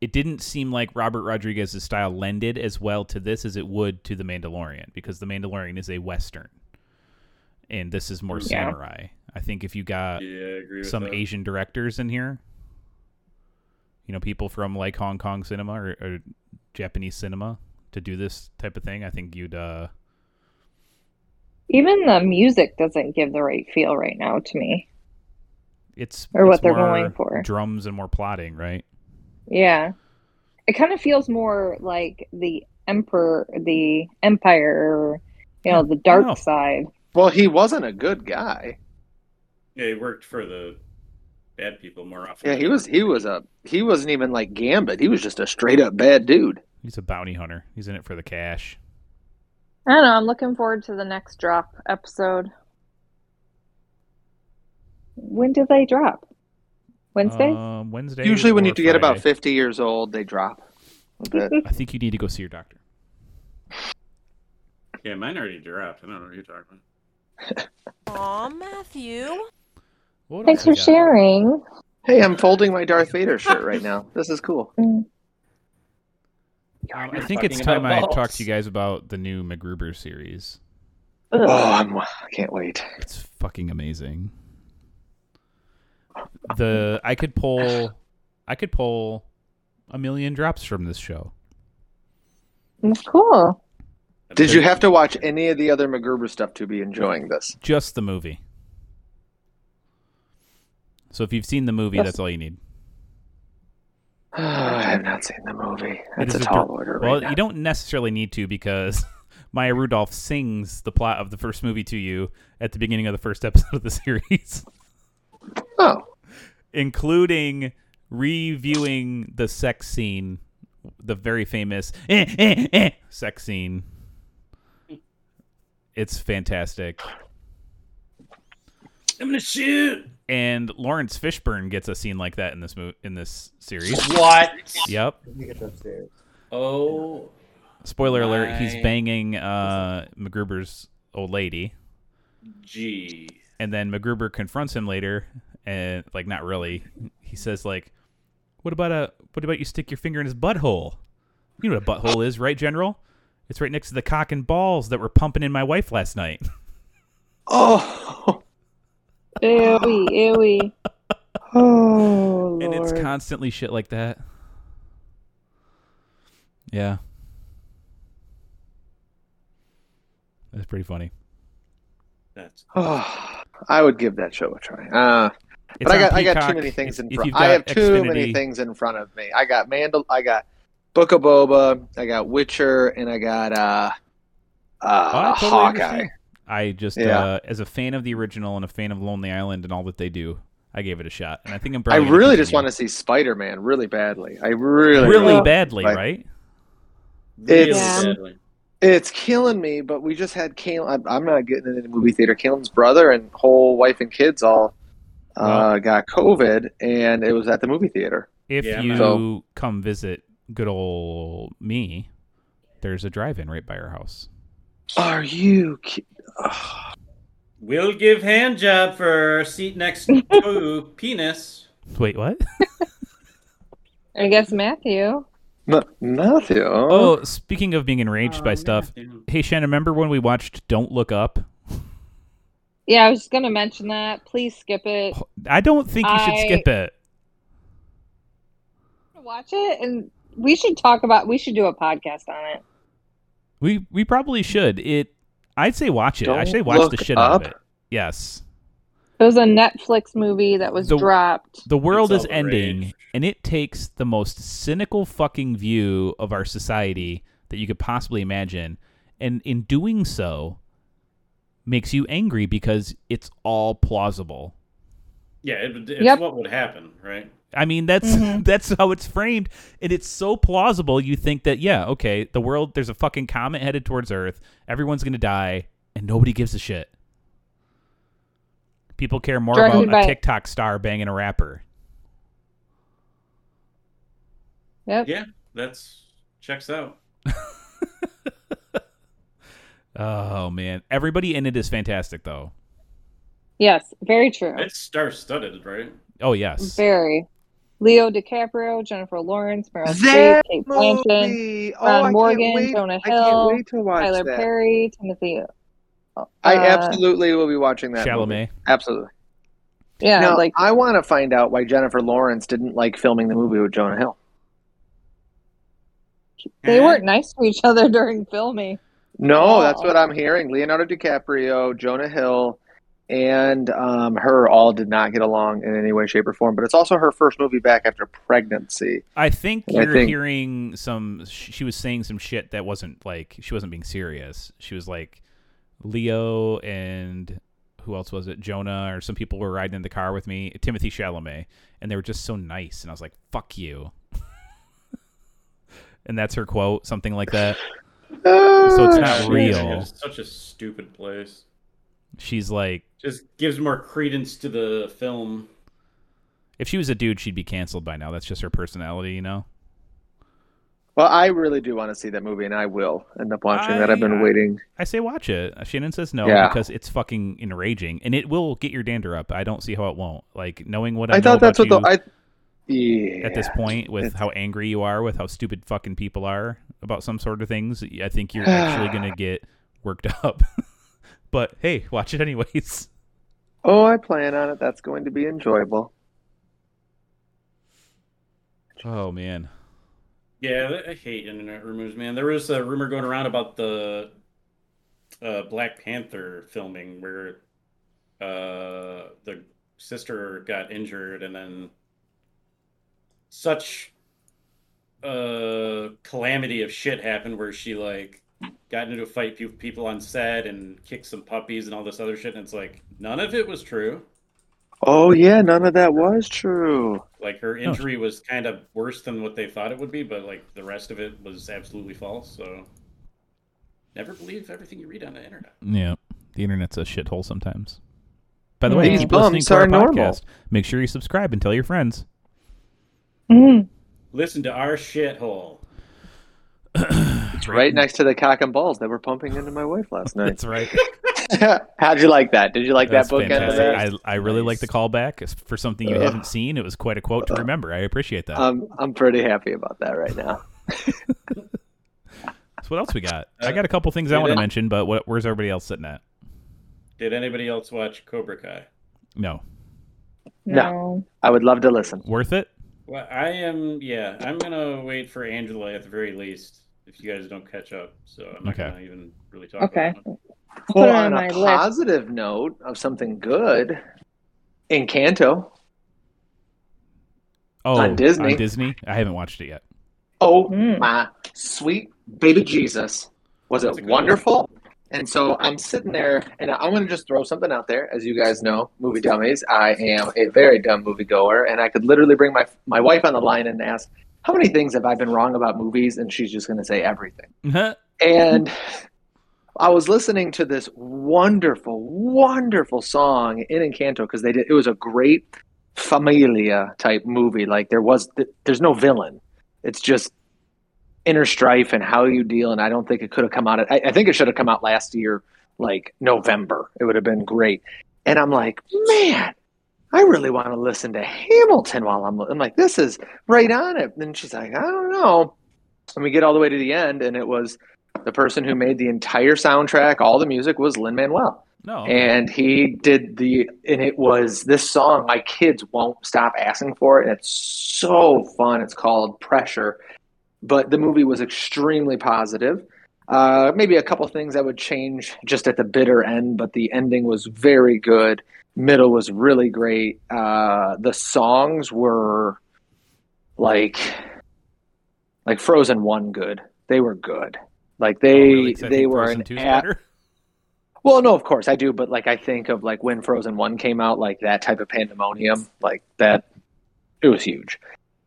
S2: it didn't seem like Robert Rodriguez's style lended as well to this as it would to the Mandalorian, because the Mandalorian is a western, and this is more
S4: Yeah.
S2: samurai. I think if you got
S4: yeah, uh, I agree with
S2: some
S4: that.
S2: Asian directors in here. You know, people from like Hong Kong cinema or, or Japanese cinema to do this type of thing. I think you'd uh,
S5: Even the music doesn't give the right feel right now to me.
S2: it's
S5: Or what
S2: it's
S5: they're
S2: more
S5: going for.
S2: Drums and more plotting, right?
S5: Yeah, it kind of feels more like the emperor, the empire, you know, the dark
S2: know.
S5: side.
S3: Well, he wasn't a good guy.
S4: Yeah, he worked for the bad people more often.
S3: Yeah,
S4: than
S3: he was. He was a. He wasn't even like Gambit. He was just a straight up bad dude.
S2: He's a bounty hunter. He's in it for the cash.
S5: I don't know. I'm looking forward to the next drop episode. When do they drop? Wednesday?
S2: Um, Wednesday.
S3: Usually, when you
S2: or
S3: get about
S2: Friday.
S3: fifty years old, they drop. A bit.
S2: I think you need to go see your doctor.
S4: Yeah, mine already dropped. I don't know what you're talking about.
S8: Aw, Matthew.
S2: What
S5: Thanks for
S2: else we got?
S5: sharing.
S3: Hey, I'm folding my Darth Vader shirt right now. This is cool.
S2: Um, I think it's time I talked to you guys about the new MacGruber series.
S3: Oh, I'm, I can't wait.
S2: It's fucking amazing. The I could pull, I could pull a million drops from this show.
S5: That's cool.
S3: Did you have to watch any of the other MacGruber stuff to be enjoying this?
S2: Just the movie. So if you've seen the movie,
S5: Yes.
S2: that's all you need.
S3: I have not seen the movie.
S2: It
S3: That's
S2: is
S3: a
S2: a
S3: tall
S2: dir-
S3: order.
S2: Well,
S3: right now.
S2: you don't necessarily need to because Maya Rudolph sings the plot of the first movie to you at the beginning of the first episode of the series,
S3: Oh,
S2: including reviewing the sex scene, the very famous eh, eh, eh, sex scene. It's fantastic.
S4: I'm gonna shoot.
S2: And Lawrence Fishburne gets a scene like that in this mo- in this series.
S4: What?
S2: Yep.
S4: Oh,
S2: Spoiler alert, he's
S4: My-
S2: banging uh MacGruber's old lady.
S4: gee.
S2: and then MacGruber confronts him later and like not really. He says like, "What about a? What about you stick your finger in his butthole? You know what a butthole is, right, General? It's right next to the cock and balls that were pumping in my wife last night."
S3: Oh,
S5: Ewy, ewy.
S3: oh,
S2: and it's
S3: Lord.
S2: constantly shit like that. Yeah. That's pretty funny.
S4: That's
S3: Oh, I would give that show a try. Uh, but I
S2: on
S3: got I got
S2: Peacock.
S3: too many things
S2: If-
S3: in
S2: if
S3: front.
S2: you've
S3: I
S2: got
S3: have too many
S2: Xfinity-
S3: things in front of me. I got Mandal. I got Book of Boba. I got Witcher, and I got uh, uh
S2: Oh, I totally
S3: Hawkeye.
S2: understand. I just,
S3: Yeah.
S2: uh, as a fan of the original and a fan of Lonely Island and all that they do, I gave it a shot, and I think I'm.
S3: I
S2: Probably gonna
S3: really just want
S2: continue.
S3: to see Spider Man really badly. I really,
S2: really
S5: Yeah.
S2: badly,
S3: Like-
S2: right?
S4: really
S5: It's-
S4: badly.
S3: It's killing me, but we just had Kalen. I'm, I'm not getting into the movie theater. Kalen's brother and whole wife and kids all uh, got COVID, and it was at the movie theater.
S2: If
S4: Yeah,
S2: you
S4: man.
S3: So-
S2: come visit good old me, there's a drive-in right by our house.
S3: Are you? ki-
S4: We'll give hand job for seat next to penis.
S2: Wait, what?
S5: I guess Matthew.
S3: M- Matthew?
S2: Oh, speaking of being enraged
S4: Oh,
S2: by stuff,
S4: Matthew.
S2: hey Shannon, remember when we watched Don't Look Up?
S5: Yeah, I was just gonna mention that. Please skip it.
S2: I don't think you should
S5: I-
S2: skip it.
S5: Watch it, and we should talk about. We should do a podcast on it.
S2: We we probably should. It. I'd say watch it. I
S3: Don't
S2: say watch the
S3: Look
S2: shit out of
S3: Up?
S2: it. Yes.
S5: It was a Netflix movie that was
S2: The-
S5: dropped.
S2: The world
S4: It's
S2: is
S4: all the
S2: ending,
S4: rage.
S2: and it takes the most cynical fucking view of our society that you could possibly imagine. And in doing so, makes you angry because it's all plausible.
S4: Yeah, it, it's
S5: Yep.
S4: what would happen, right?
S2: I mean, that's
S5: Mhm.
S2: that's how it's framed, and it's so plausible. You think that, yeah, okay, the world, there's a fucking comet headed towards Earth. Everyone's gonna die, and nobody gives a shit. People care more
S5: Directed
S2: about
S5: by-
S2: a TikTok star banging a rapper.
S5: Yep.
S4: Yeah, that's checks out.
S2: Oh man, everybody in it is fantastic, though.
S5: Yes, very true.
S4: It's star studded, right?
S2: Oh yes,
S5: Very. Leo DiCaprio, Jennifer Lawrence, Meryl Streep,
S3: That
S5: Kate Blanchett,
S3: movie! Oh, I
S5: Ron
S3: can't
S5: Morgan,
S3: wait.
S5: Jonah
S3: I can't
S5: Hill,
S3: wait to watch
S5: Tyler
S3: that.
S5: Perry, Timothy.
S3: I
S5: uh,
S3: absolutely will be watching that.
S2: Chalamet.
S3: movie. Absolutely.
S5: Yeah,
S3: now,
S5: like
S3: I want to find out why Jennifer Lawrence didn't like filming the movie with Jonah Hill.
S5: they weren't nice to each other during filming.
S3: No,
S5: Oh.
S3: that's what I'm hearing. Leonardo DiCaprio, Jonah Hill, and um, her all did not get along in any way, shape, or form. But it's also her first movie back after pregnancy.
S2: I think
S3: I
S2: you're
S3: think-
S2: hearing some. sh- She was saying some shit that wasn't like she wasn't being serious. She was like Leo and who else was it? Jonah or some people were riding in the car with me. Timothy Chalamet, and they were just so nice, and I was like, "Fuck you." and that's her quote, something like that.
S3: Ah,
S2: So it's not
S4: Yeah,
S2: real.
S4: It's such a stupid place.
S2: She's like,
S4: Just gives more credence to the film.
S2: if she was a dude, she'd be canceled by now. That's just her personality, you know.
S3: Well, I really do want to see that movie, and I will end up watching that. I've
S2: I-
S3: been waiting.
S2: I say watch it. Shannon says no
S3: Yeah.
S2: because it's fucking enraging, and it will get your dander up. I don't see how it won't. Like knowing what I,
S3: I,
S2: know
S3: thought that's what
S2: about
S3: the
S2: you
S3: I. Yeah.
S2: at this point, with
S3: It's-
S2: how angry you are, with how stupid fucking people are about some sort of things, I think you're actually gonna get worked up. but hey, watch it anyways.
S3: Oh, I plan on it. That's going to be enjoyable.
S2: Oh man,
S4: Yeah, I hate internet rumors, man. There was a rumor going around about the uh, Black Panther filming where uh, the sister got injured and then such uh calamity of shit happened where she like got into a fight with people on set and kicked some puppies and all this other shit and it's like none of it was true
S3: Oh yeah, none of that was true.
S4: like her injury was kind of worse than what they thought it would be, but like the rest of it was absolutely false. So never believe everything you read on the internet.
S2: yeah, the internet's a shithole sometimes. By the way,
S3: These
S2: keep listening
S3: bumps
S2: to
S3: are
S2: our
S3: normal.
S2: podcast. Make sure you subscribe and tell your friends.
S5: Mhm.
S4: Listen to our shithole.
S3: It's right next to the cock and balls that were pumping into my wife last night.
S2: That's right.
S3: How'd you like that? Did you like
S2: That's
S3: that book end of
S2: fantastic.
S3: that?
S2: I, I really like the
S4: Nice.
S2: callback It's for something you
S3: Ugh. Uh,
S2: haven't seen. It was quite a quote to remember. I appreciate that.
S3: I'm I'm pretty happy about that right now.
S2: so what else we got?
S3: uh,
S2: I got a couple things I
S4: we
S2: want to
S4: did-
S2: mention, but what, where's everybody else sitting at?
S4: Did anybody else watch Cobra Kai?
S2: No,
S5: No.
S3: I would love to listen.
S2: worth it.
S4: Well, I am. Yeah, I'm gonna wait for Angela at the very least. If you guys don't catch up, so I'm not
S2: Okay.
S4: gonna even really talk.
S5: Okay.
S4: About it.
S5: Put
S3: Well,
S5: it
S3: on
S5: on
S3: a
S5: my list.
S3: positive note of something good, Encanto.
S2: Oh,
S3: On Disney.
S2: On Disney. I haven't watched it yet.
S3: Oh
S5: Mm.
S3: my sweet baby Jesus. Was
S4: That's a
S3: it
S4: good one.
S3: wonderful? And so I'm sitting there and I'm going to just throw something out there. As you guys know, movie dummies, I am a very dumb moviegoer. And I could literally bring my, my wife on the line and ask, How many things have I been wrong about movies? And she's just going to say everything. And I was listening to this wonderful, wonderful song in Encanto because they did. It was a great familia type movie. Like there was, there's no villain. It's just inner strife and how you deal. And I don't think it could have come out. I, I think it should have come out last year, like November. It would have been great. And I'm like, man, I really want to listen to Hamilton while I'm. I'm like, this is right on it. And she's like, I don't know. And we get all the way to the end, and it was the person who made the entire soundtrack, all the music was Lin Manuel.
S2: No.
S3: And he did the, and it was this song. My kids won't stop asking for it. And it's so fun. It's called Pressure. But the movie was extremely positive. Uh, maybe a couple things I would change just at the bitter end, but the ending was very good. Middle was really great. Uh, the songs were like, like Frozen One good. They were good. Like
S2: Oh,
S3: they
S2: really? 'Cause I
S3: they
S2: think
S3: were
S2: Frozen
S3: an
S2: Two's
S3: a-
S2: better.
S3: well, no, of course I do, but like I think of like when Frozen One came out, like that type of pandemonium, like that, it was huge.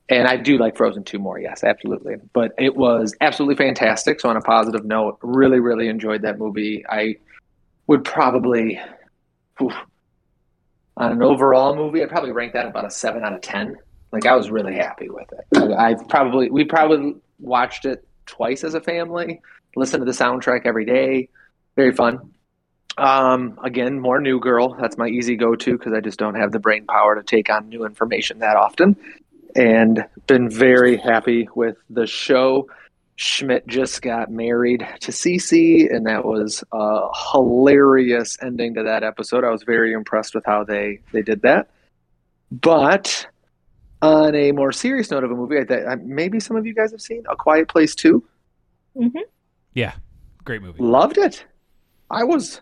S3: And I do like Frozen Two more, yes, absolutely. But it was absolutely fantastic. So on a positive note, really, really enjoyed that movie. I would probably, oof, on an overall movie, I'd probably rank that about a seven out of ten. Like I was really happy with it. I, I probably we probably watched it twice as a family. Listened to the soundtrack every day. Very fun. Um, again, more New Girl. That's my easy go to because I just don't have the brain power to take on new information that often. And been very happy with the show. Schmidt just got married to Cece, and that was a hilarious ending to that episode. I was very impressed with how they they did that. But on a more serious note of a movie, I th- I- maybe some of you guys have seen A Quiet Place Two.
S2: Yeah, great movie.
S3: Loved it. I was.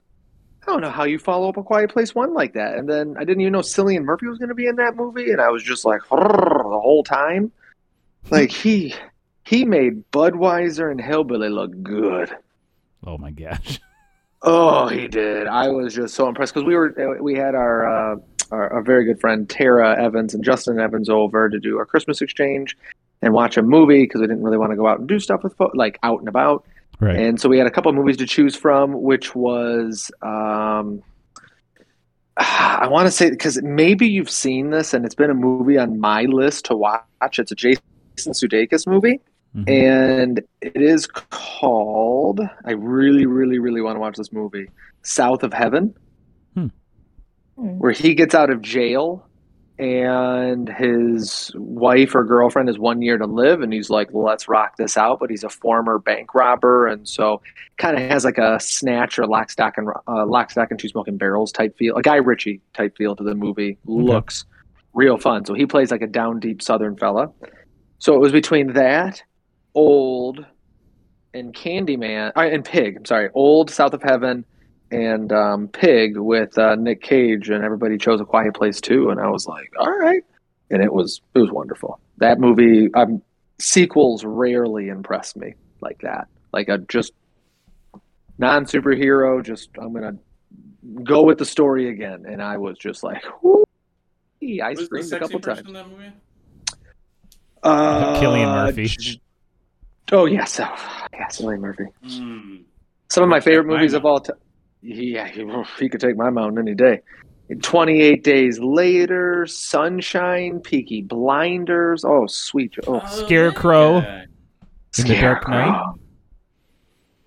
S3: I don't know how you follow up a Quiet Place one like that. And then I didn't even know Cillian Murphy was going to be in that movie, and I was just like "Rrr," the whole time. Like he he made Budweiser and Hillbilly look good.
S2: Oh my gosh.
S3: Oh, he did. I was just so impressed because we were we had our, uh, our our very good friend Tara Evans and Justin Evans over to do our Christmas exchange and watch a movie because we didn't really want to go out and do stuff with fo- like out and about.
S2: Right.
S3: And so we had a couple of movies to choose from, which was um, I want to say because maybe you've seen this, and it's been a movie on my list to watch. It's a Jason Sudeikis movie,
S2: Mhm.
S3: and it is called. I really, really, really want to watch this movie, South of Heaven,
S2: Hmm.
S5: Hmm.
S3: where he gets out of jail. And his wife or girlfriend has one year to live, and he's like, "Let's rock this out." But he's a former bank robber, and so kind of has like a snatch or lock stock and uh, lock stock and two smoking barrels type feel, a Guy Ritchie type feel to the movie. Looks real fun. So he plays like a down deep Southern fella. So it was between that, old, and Candyman, uh, and Pig. I'm sorry, old South of Heaven, and um, Pig with uh, Nick Cage, and everybody chose A Quiet Place too. And I was like, all right, and it was it was wonderful. That movie, um, sequels rarely impress me like that. Like a just non superhero. Just I'm gonna go with the story again, and I was just like, Whoo. I
S4: Was the
S3: screamed a
S4: sexy
S3: couple
S4: person
S3: times.
S4: in that movie?
S3: Uh,
S2: Killian Murphy.
S3: j- Oh yes, oh, yes, Cillian Murphy.
S4: Mm.
S3: Some of my favorite
S4: my
S3: movies of
S4: mountain.
S3: all time. Yeah, he, he could take my mountain any day. Twenty Eight Days Later, Sunshine, Peaky Blinders. Oh sweet, oh
S2: Scarecrow.
S4: yeah.
S2: In the Dark Knight?
S3: Scarecrow.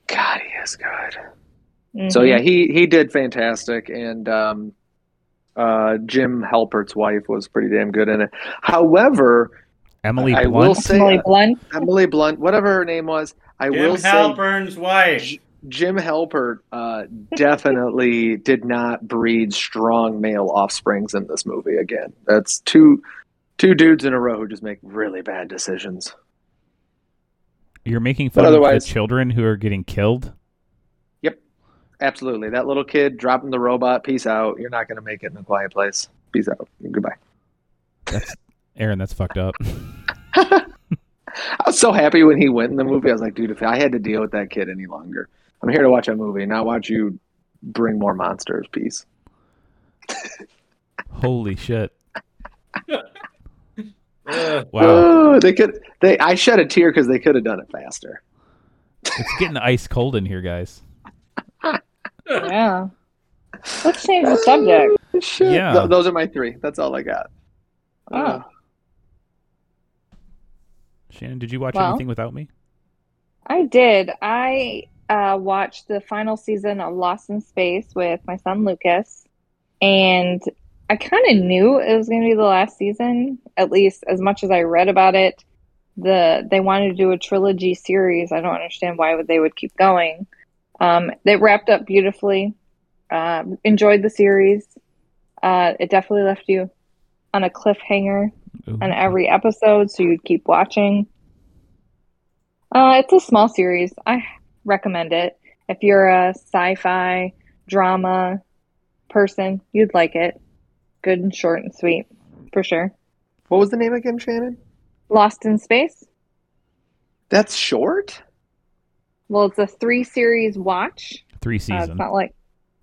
S3: God, he is good. So
S5: Mhm.
S3: yeah, he he did fantastic, and um, uh, Jim Halpert's wife was pretty damn good in it. However,
S2: Emily
S3: I will
S2: Blunt.
S3: say
S5: Emily Blunt.
S3: Emily Blunt, whatever her name was, I
S4: Jim
S3: will say
S4: Halpern's wife.
S3: Jim Halpert uh, definitely did not breed strong male offsprings in this movie. Again, that's two two dudes in a row who just make really bad decisions.
S2: You're making
S3: But
S2: fun of the
S3: otherwise-
S2: children who are getting killed.
S3: Absolutely, that little kid dropping the robot. Peace out. You're not going to make it in a quiet place. Peace out. Goodbye.
S2: Aaron, that's fucked up.
S3: I was so happy when he went in the movie. I was like, dude, if I had to deal with that kid any longer, I'm here to watch a movie, not watch you bring more monsters. Peace.
S2: Holy shit!
S4: Ugh.
S2: Wow,
S3: Ooh, they could. They. I shed a tear because they could have done it faster.
S2: it's getting ice cold in here, guys.
S5: Yeah. Let's change the subject.
S3: Shit.
S2: Yeah.
S3: Th- those are my three. That's all I got.
S5: Oh.
S2: Shannon, did you watch
S5: Well.
S2: anything without me?
S5: I did. I uh, watched the final season of Lost in Space with my son Lucas, and I kind of knew it was going to be the last season, at least as much as I read about it. The they wanted to do a trilogy series. I don't understand why would they would keep going. Um, they wrapped up beautifully. Uh, enjoyed the series. Uh, it definitely left you on a cliffhanger
S2: Ooh.
S5: on every episode, so you'd keep watching. Uh, it's a small series. I recommend it. If you're a sci fi drama person, you'd like it. Good and short and sweet, for sure.
S3: What was the name again, Shannon?
S5: Lost in Space.
S3: That's short.
S5: Well, it's a three series watch.
S2: Three
S5: Uh,
S2: seasons.
S5: it's not like,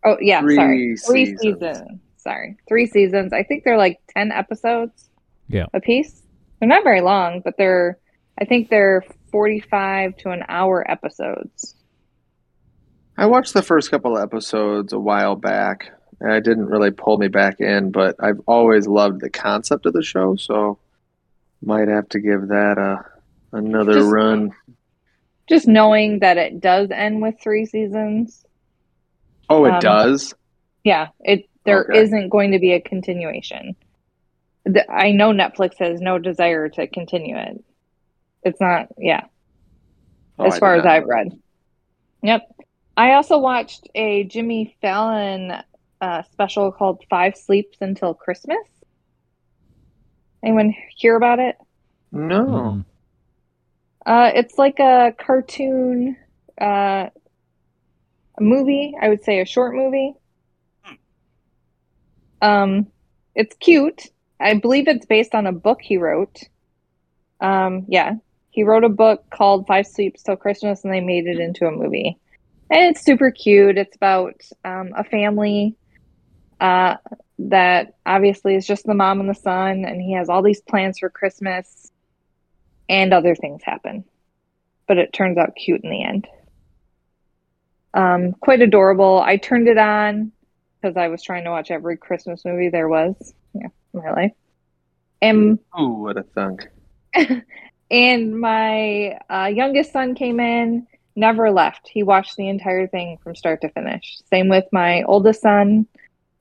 S5: oh, yeah,
S3: Three
S5: sorry. Three seasons.
S3: seasons.
S5: Sorry. Three seasons. I think they're like 10 episodes
S2: Yeah.
S5: a piece. They're not very long, but they're, I think they're 45 to an hour episodes.
S3: I watched the first couple of episodes a while back, and it didn't really pull me back in. But I've always loved the concept of the show, so might have to give that a another
S5: Just-
S3: run.
S5: just knowing that it does end with three seasons
S3: Oh, it
S5: um,
S3: does.
S5: yeah it there
S3: Okay.
S5: not going to be a continuation The- i know netflix has no desire to continue it it's not yeah
S3: Oh,
S5: as
S3: I
S5: far
S3: did
S5: as
S3: not
S5: i've
S3: know.
S5: read yep i also watched a jimmy fallon uh, special called five sleeps until christmas anyone hear about it
S3: No.
S2: Mm.
S5: Uh, it's like a cartoon uh, movie, I would say a short movie. Um, it's cute. I believe it's based on a book he wrote. Um, yeah, he wrote a book called Five Sleeps Till Christmas, and they made it into a movie. And it's super cute. It's about um, a family uh, that obviously is just the mom and the son, and he has all these plans for Christmas and other things happen. But it turns out cute in the end. Um, quite adorable. I turned it on because I was trying to watch every Christmas movie there was yeah, in my life. And
S3: Who would have thunk?
S5: and my uh, youngest son came in, never left. He watched the entire thing from start to finish. Same with my oldest son,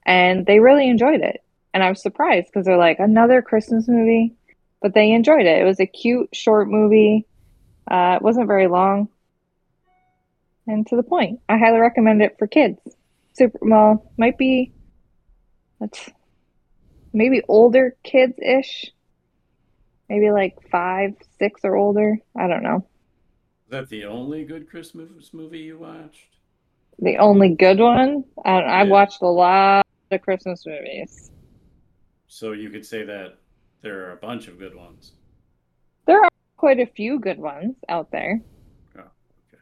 S5: and they really enjoyed it. And I was surprised because they're like another Christmas movie, but they enjoyed it. It was a cute short movie. Uh, it wasn't very long, and to the point. I highly recommend it for kids. Super well, might be. That's maybe older kids ish maybe like five, six or older. I don't know.
S4: Is that the only good Christmas movie you watched?
S5: The only good one. I, I
S4: Yeah.
S5: watched a lot of Christmas movies.
S4: So you could say that there are a bunch of good ones.
S5: There are quite a few good ones out there.
S4: Oh, okay.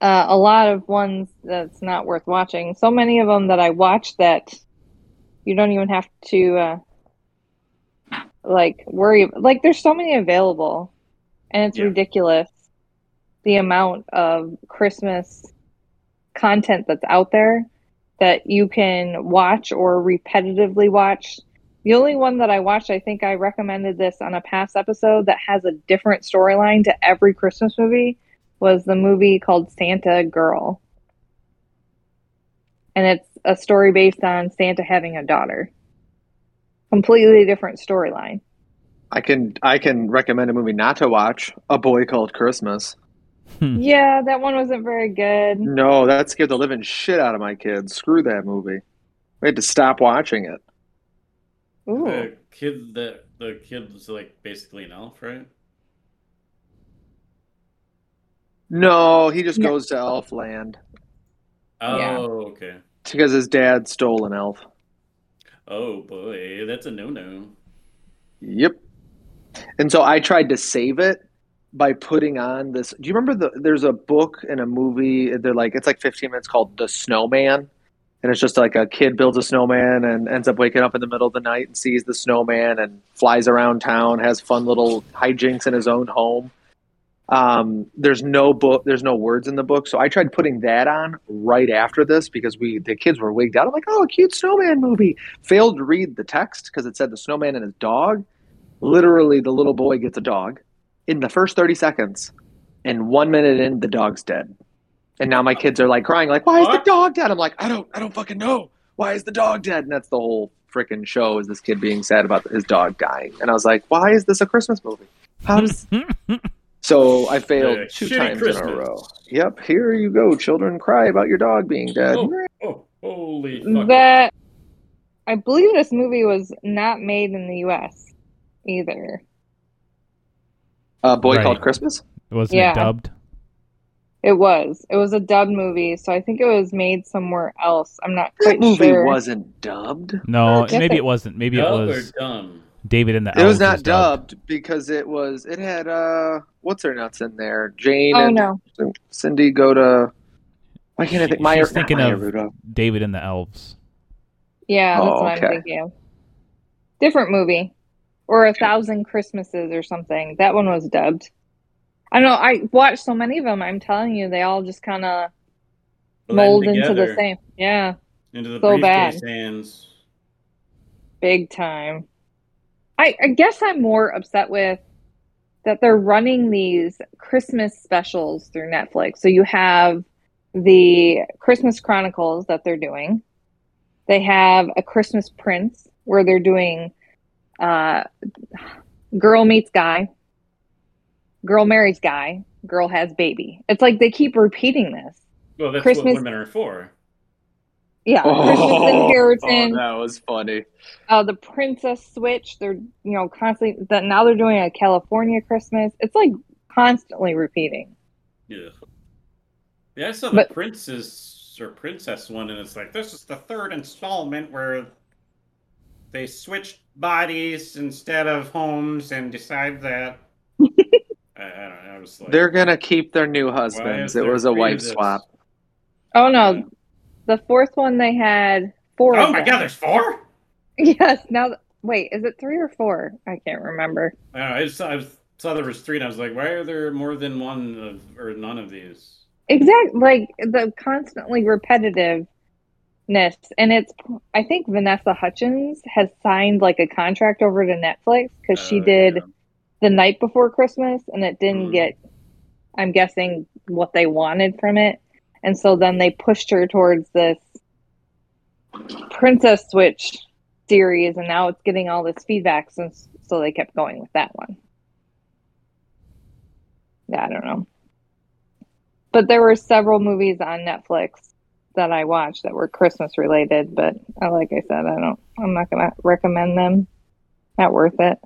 S5: Uh, a lot of ones that's not worth watching. So many of them that I watched that you don't even have to uh, like worry. Like there's so many available, and it's
S4: Yeah.
S5: ridiculous the amount of Christmas content that's out there that you can watch or repetitively watch. The only one that I watched, I think I recommended this on a past episode that has a different storyline to every Christmas movie, was the movie called Santa Girl. and it's a story based on Santa having a daughter. Completely different storyline.
S3: I can I can recommend a movie not to watch, A Boy Called Christmas. Hmm.
S5: Yeah, that one wasn't very good.
S3: No, that scared the living shit out of my kids. Screw that movie. We had to stop watching it.
S5: Ooh,
S4: The kid that the kid was like basically an elf, right?
S3: No, he just
S5: No.
S3: goes to Elf Land
S4: Oh,
S5: Yeah.
S4: okay.
S3: because his dad stole an elf.
S4: Oh boy, that's a no-no.
S3: Yep. And so I tried to save it by putting on this. Do you remember the? There's a book and a movie. They're like it's like 15 minutes called The Snowman, and it's just like a kid builds a snowman and ends up waking up in the middle of the night and sees the snowman and flies around town, has fun little hijinks in his own home. Um, there's no book. There's no words in the book. So I tried putting that on right after this because we the kids were wigged out. I'm like, oh, a cute snowman movie. Failed to read the text because it said the snowman and his dog literally the little boy gets a dog in the first 30 seconds and one minute in the dog's dead and now my kids are like crying like why is the
S4: What?
S3: dog dead i'm like i don't i don't fucking know why is the dog dead and that's the whole freaking show is this kid being sad about his dog dying and i was like why is this a christmas movie how does
S2: Hmm.
S3: so i failed
S4: Yeah,
S3: two
S4: shitty
S3: times in
S4: Christmas.
S3: a row yep here you go children cry about your dog being dead
S4: Oh, oh, holy fuck.
S5: that I believe this movie was not made in the U.S. either.
S3: a boy
S2: Right.
S3: called christmas
S2: Wasn't
S5: Yeah.
S2: it dubbed?
S5: It was. It was a dub movie, so I think it was made somewhere else. I'm not
S3: that
S5: quite
S3: movie
S5: sure.
S3: wasn't dubbed
S2: No,
S5: Yes,
S2: maybe
S5: it-
S2: it wasn't. Maybe it
S4: Dumb
S2: was
S4: or dumb?
S2: David and the
S3: It
S2: Elves
S3: was not
S2: dubbed.
S3: dubbed because it was it had uh what's her nuts in there? Jane
S5: Oh
S3: and
S5: no,
S3: Cindy go to why can't I
S2: She-
S3: think Maya,
S2: she's
S3: not
S2: thinking
S3: Maya
S2: of-
S3: Rudolph.
S2: David and the Elves.
S5: yeah, that's
S3: Oh,
S5: what
S3: okay.
S5: I'm thinking. of. Different movie, or a thousand Christmases or something. That one was dubbed. I know. I watched so many of them. I'm telling you, they all just kind of mold into the same. Yeah,
S4: Into the
S5: So
S4: briefcase hands.
S5: big time. I, I guess I'm more upset with that they're running these Christmas specials through Netflix. So you have the Christmas Chronicles that they're doing. They have a Christmas Prince where they're doing uh, girl meets guy, girl marries guy, girl has baby. It's like they keep repeating this.
S4: Well, that's
S5: Christmas-
S4: what women are for.
S5: Yeah, Christmas
S3: Oh.
S4: Oh,
S5: Inheritance.
S3: that was funny.
S5: uh, the princess switch they're you know constantly that now they're doing a california christmas it's like constantly repeating
S4: Yeah. Yeah, I saw the
S5: But-
S4: princess or princess one, and it's like this is the third installment where they switched bodies instead of homes and decide that. I, I don't know. I was like,
S3: They're gonna keep their new
S4: Why
S3: husbands.
S4: is
S3: It
S4: there
S3: was a
S4: three of
S3: wife
S4: this?
S3: swap.
S5: oh no
S4: Yeah.
S5: the fourth one they had four
S4: Oh
S5: of
S4: my
S5: them.
S4: God, there's four.
S5: yes now th- wait is it three or four i can't remember
S4: I don't know. I just saw, I was- saw there was three, and I was like, why are there more than one of or none of these?
S5: exactly like the constantly repetitiveness and it's i think vanessa hutchins has signed like a contract over to netflix because she
S4: Uh,
S5: did
S4: yeah.
S5: the night before Christmas and it didn't
S4: Mm.
S5: get I'm guessing what they wanted from it. And so then they pushed her towards this Princess Switch series and now it's getting all this feedback since so they kept going with that one. Yeah, I don't know. But there were several movies on Netflix that I watched that were Christmas related, but uh, like I said, I don't I'm not gonna recommend them. Not worth it.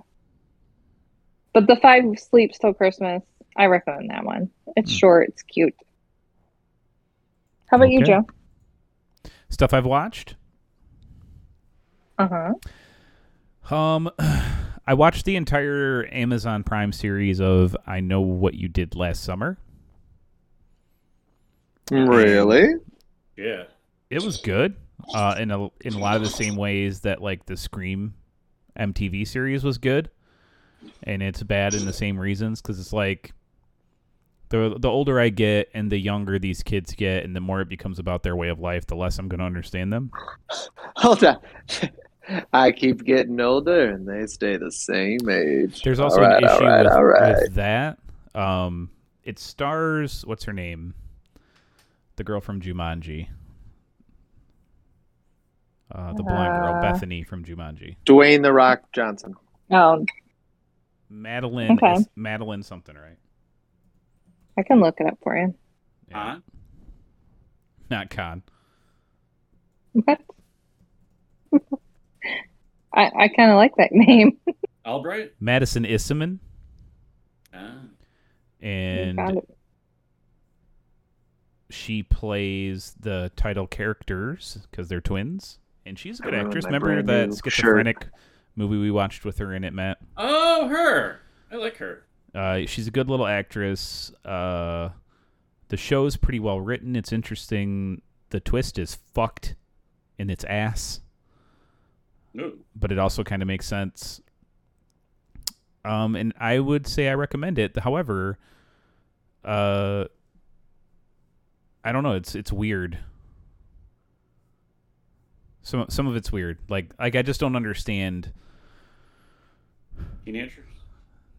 S5: But the five sleeps till Christmas, I recommend that one. It's
S2: Hmm.
S5: short, it's cute. How about you,
S2: Okay.
S5: Joe?
S2: Stuff I've watched.
S5: Uh huh.
S2: Um, I watched the entire Amazon Prime series of "I Know What You Did Last Summer."
S3: Really?
S4: Yeah.
S2: It was good. Uh, in a in a lot of the same ways that like the Scream MTV series was good, and it's bad in the same reasons because it's like the the older I get and the younger these kids get, and the more it becomes about their way of life, the less I'm going to understand them.
S3: Hold on. I keep getting older and they stay the same age.
S2: There's also
S3: All
S2: an
S3: right, all
S2: issue
S3: right,
S2: with,
S3: all right.
S2: with that. Um, it stars what's her name, the girl from Jumanji, Uh, the blind girl,
S5: Uh.
S2: Bethany from Jumanji.
S3: Dwayne the Rock Johnson.
S5: Oh,
S2: Madeline,
S5: Okay.
S2: is Madeline something, right?
S5: I can look it up for you.
S4: Uh-huh.
S2: Yeah. Not Con.
S5: What? I, I kind of like that name.
S4: Albright?
S2: Madison Isserman
S4: Ah.
S2: and
S5: Found it.
S2: she plays the title characters because they're twins, and she's a good
S3: I ruined
S2: actress.
S3: my
S2: Remember
S3: brand
S2: that
S3: new shirt.
S2: schizophrenic movie we watched with her in it, Matt?
S4: Oh, her. I like her.
S2: Uh, she's a good little actress. Uh, the show's pretty well written. It's interesting. The twist is fucked in its ass,
S4: Ooh.
S2: but it also kind of makes sense. Um, and I would say I recommend it. However, uh, I don't know. It's it's weird. Some some of it's weird. Like like I just don't understand.
S4: Teenagers.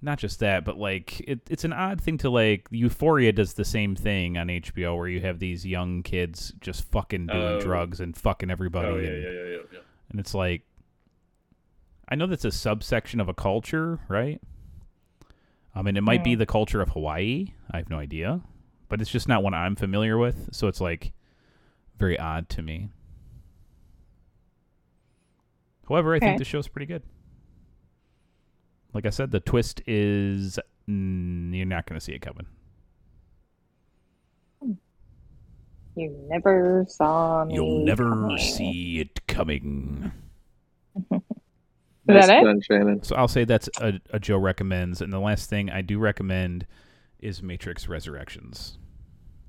S2: not just that, but like it, it's an odd thing to like. Euphoria does the same thing on HBO, where you have these young kids just fucking doing
S4: Oh.
S2: drugs and fucking everybody,
S4: Oh, yeah,
S2: and,
S4: yeah, yeah, yeah, yeah.
S2: and it's like, I know that's a subsection of a culture, right? I mean, it might be the culture of Hawaii. I have no idea, but it's just not one I'm familiar with, so it's like very odd to me. However, I
S5: Okay.
S2: think the show's pretty good. Like I said, the twist is mm, you're not going to see it coming.
S5: You never saw me. coming.
S2: see it coming.
S5: Is that it?
S3: done, Shannon.
S2: So I'll say that's a, a Joe recommends, and the last thing I do recommend is Matrix Resurrections.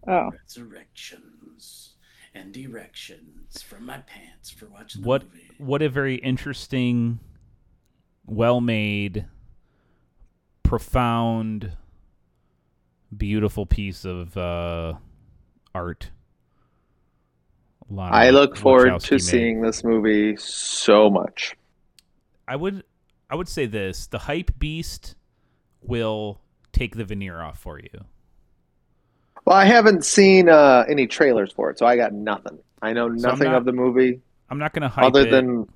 S5: Oh,
S4: Resurrections and erections from my pants for watching the
S2: What
S4: movie.
S2: what a very interesting, well made, profound, beautiful piece of uh, art. Lana
S3: I look forward
S2: Uh, Wachowski
S3: to
S2: made.
S3: seeing this movie so much.
S2: I would I would say this: the hype beast will take the veneer off for you.
S3: Well, I haven't seen uh, any trailers for it, so I got nothing. I know
S2: So I'm
S3: nothing
S2: not
S3: of the movie
S2: I'm not going to hype
S3: other
S2: it
S3: than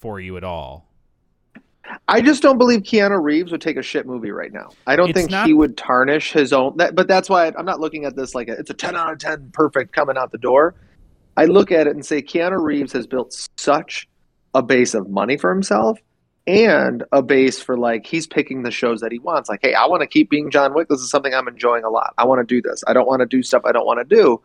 S2: for you at all.
S3: I just don't believe Keanu Reeves would take a shit movie right now. I don't
S2: It's
S3: think
S2: not-
S3: he would tarnish his own. That, but that's why I'm not looking at this like a, it's a 10 out of 10 perfect coming out the door. I look at it and say Keanu Reeves has built such a base of money for himself and a base for like he's picking the shows that he wants. Like, hey, I want to keep being John Wick. This is something I'm enjoying a lot. I want to do this. I don't want to do stuff I don't want to do.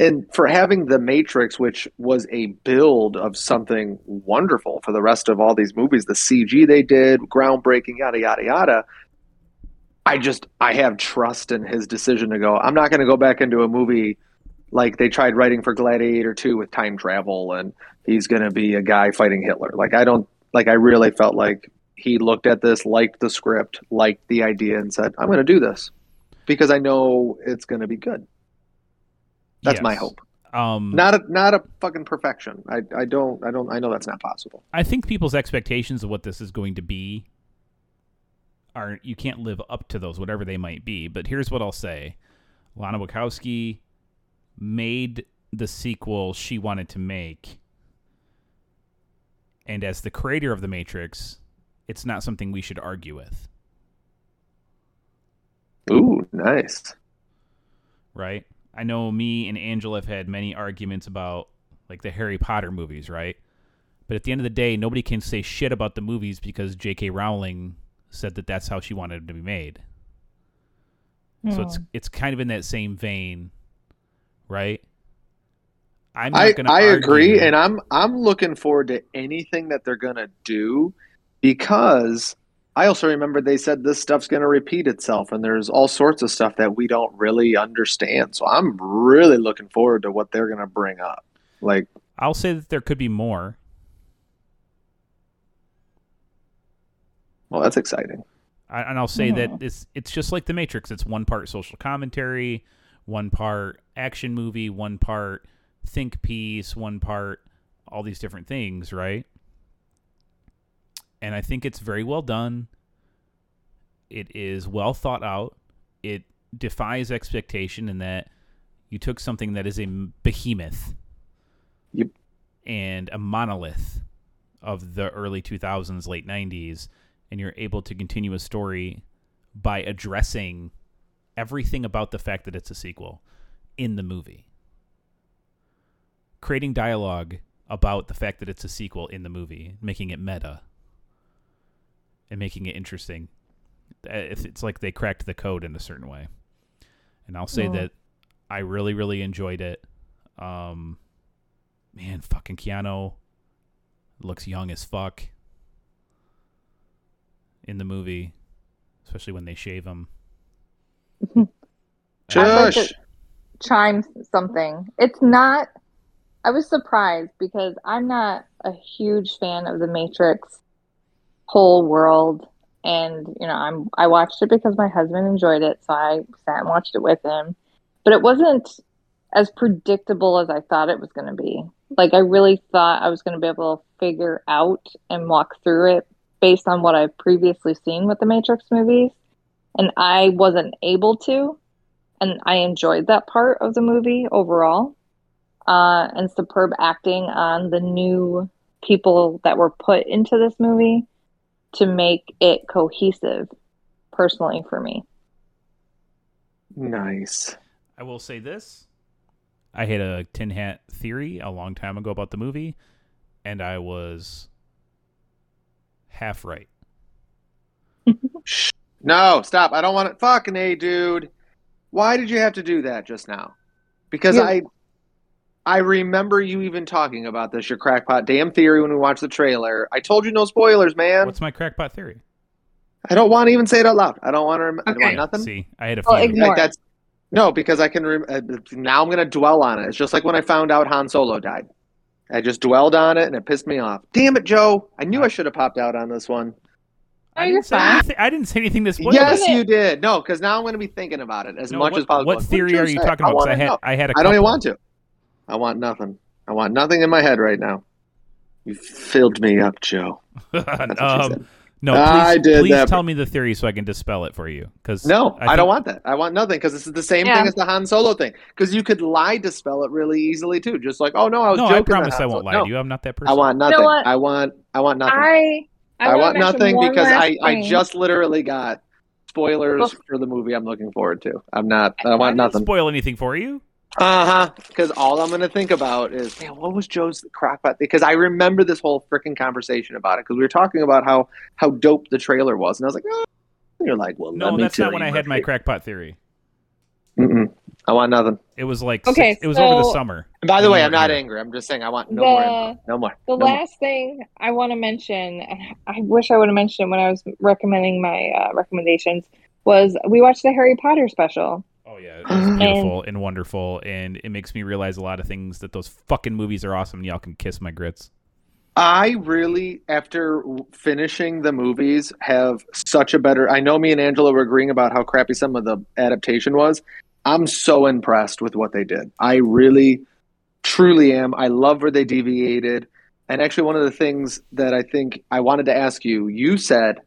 S3: And for having The Matrix, which was a build of something wonderful for the rest of all these movies, the CG they did, groundbreaking, yada, yada, yada. I just, I have trust in his decision to go, I'm not going to go back into a movie like they tried writing for Gladiator 2 with time travel and he's going to be a guy fighting Hitler. Like, I don't, like, I really felt like he looked at this, liked the script, liked the idea, and said, I'm going to do this because I know it's going to be good. That's my
S2: Yes.
S3: hope
S2: Um,
S3: not a not a fucking perfection. I I don't I don't I know that's not possible.
S2: I think people's expectations of what this is going to be are you can't live up to those, whatever they might be. But here's what I'll say: Lana Wachowski made the sequel she wanted to make, and as the creator of the Matrix, it's not something we should argue with,
S3: Ooh, nice.
S2: right? I know me and Angela have had many arguments about like the Harry Potter movies, right? But at the end of the day, nobody can say shit about the movies because J.K. Rowling said that that's how she wanted them to be made. So it's it's kind of in that same vein, right? I'm
S3: I
S2: gonna
S3: I agree,
S2: argue-
S3: and I'm I'm looking forward to anything that they're gonna do because I also remember they said this stuff's gonna repeat itself, and there's all sorts of stuff that we don't really understand. So I'm really looking forward to what they're gonna bring up. Like
S2: I'll say that there could be more.
S3: well, that's exciting.
S2: I, and I'll say that it's it's just like the Matrix. It's one part social commentary, one part action movie, one part think piece, one part all these different things, right? And I think it's very well done. It is well thought out. It defies expectation in that you took something that is a behemoth
S3: Yep.
S2: and a monolith of the early 2000s, late 90s, and you're able to continue a story by addressing everything about the fact that it's a sequel in the movie. Creating dialogue about the fact that it's a sequel in the movie, making it meta and making it interesting. Uh, It's it's like they cracked the code in a certain way. And I'll say
S5: Yeah.
S2: that I really, really enjoyed it. Um, man, fucking Keanu looks young as fuck in the movie, especially when they shave him.
S5: I'd like
S3: Shush.
S5: to chime something. It's not. I was surprised because I'm not a huge fan of the Matrix whole world, and you know, I'm I watched it because my husband enjoyed it, so I sat and watched it with him. But it wasn't as predictable as I thought it was going to be. Like I really thought I was going to be able to figure out and walk through it based on what I've previously seen with the Matrix movies, and I wasn't able to and I enjoyed that part of the movie overall. Uh, and superb acting on the new people that were put into this movie to make it cohesive, personally for me.
S3: Nice.
S2: I will say this. I had a tin hat theory a long time ago about the movie, and I was half right.
S3: No, stop. I don't want it. Fucking A, dude. Why did you have to do that just now? Because
S5: You-
S3: I I remember you even talking about this, your crackpot damn theory when we watched the trailer. I told you no spoilers, man.
S2: What's my crackpot theory?
S3: I don't want to even say it out loud. I don't want to rem- I don't want
S5: Okay.
S3: Oh, nothing.
S2: See, I had a
S5: Well,
S2: feeling.
S5: ignore-
S3: Like, that's No, because I can rem- uh, now I'm going to dwell on it. It's just like when I found out Han Solo died. I just dwelled on it and it pissed me off. Damn it, Joe. I knew I should have popped out on this one.
S2: I,
S5: Oh, you're
S2: didn't say
S5: fine.
S2: anything, I didn't say anything to spoil
S3: yes,
S2: it.
S5: it.
S3: you did. No, because now I'm going to be thinking about it as
S2: No,
S3: much
S2: what,
S3: as possible.
S2: What
S3: Like,
S2: theory
S3: did
S2: are
S3: you
S2: you
S3: say?
S2: talking
S3: I
S2: about? 'Cause
S3: wanna
S2: I had,
S3: know.
S2: I had a
S3: I don't even
S2: couple.
S3: want to. I want nothing. I want nothing in my head right now. You filled me up, Joe. That's what she
S2: um,
S3: said.
S2: no, please,
S3: I did
S2: please
S3: that.
S2: tell me the theory so I can dispel it for you. Because
S3: No, I,
S2: think-
S3: don't want that. I want nothing because this is the same
S5: Yeah.
S3: thing as the Han Solo thing. Because you could lie to spell it really easily too. Just like, oh no, I was
S2: No,
S3: joking.
S2: I
S3: about
S2: promise
S3: Han
S2: I won't
S3: Solo.
S2: lie
S3: no,
S2: to you. I'm not that person.
S3: I want nothing.
S5: what?
S3: I want. I want nothing.
S5: I I, wanna
S3: want
S5: mention
S3: nothing
S5: one
S3: because
S5: last
S3: I, I
S5: thing.
S3: just literally got spoilers
S5: Well-
S3: for the movie I'm looking forward to. I'm not. I
S2: I
S3: want
S2: didn't
S3: nothing.
S2: spoil anything for you.
S3: Uh huh. Because all I'm going to think about is, man, what was Joe's crackpot? Because I remember this whole freaking conversation about it. Because we were talking about how how dope the trailer was, and I was like, oh. and you're like, well, let
S2: No,
S3: me
S2: that's
S3: tell
S2: not when
S3: you
S2: I had my crackpot theory.
S3: Mm-mm. I want nothing.
S2: It was like
S5: Okay,
S2: six- it was over the
S5: so-
S2: summer.
S3: And by the
S2: You
S3: way,
S2: weren't
S3: I'm not
S2: here.
S3: angry. I'm just saying I want no
S5: The-
S3: more. Info. No more.
S5: The
S3: no more.
S5: last thing I want to mention, and I wish I would have mentioned it when I was recommending my uh, recommendations, was we watched the Harry Potter special.
S2: Oh yeah, it's beautiful and wonderful, and it makes me realize a lot of things that those fucking movies are awesome. And y'all can kiss my grits.
S3: I really, after w- finishing the movies, have such a better. I know me and Angela were agreeing about how crappy some of the adaptation was. I'm so impressed with what they did. I really, truly am. I love where they deviated. And actually, one of the things that I think I wanted to ask you, you said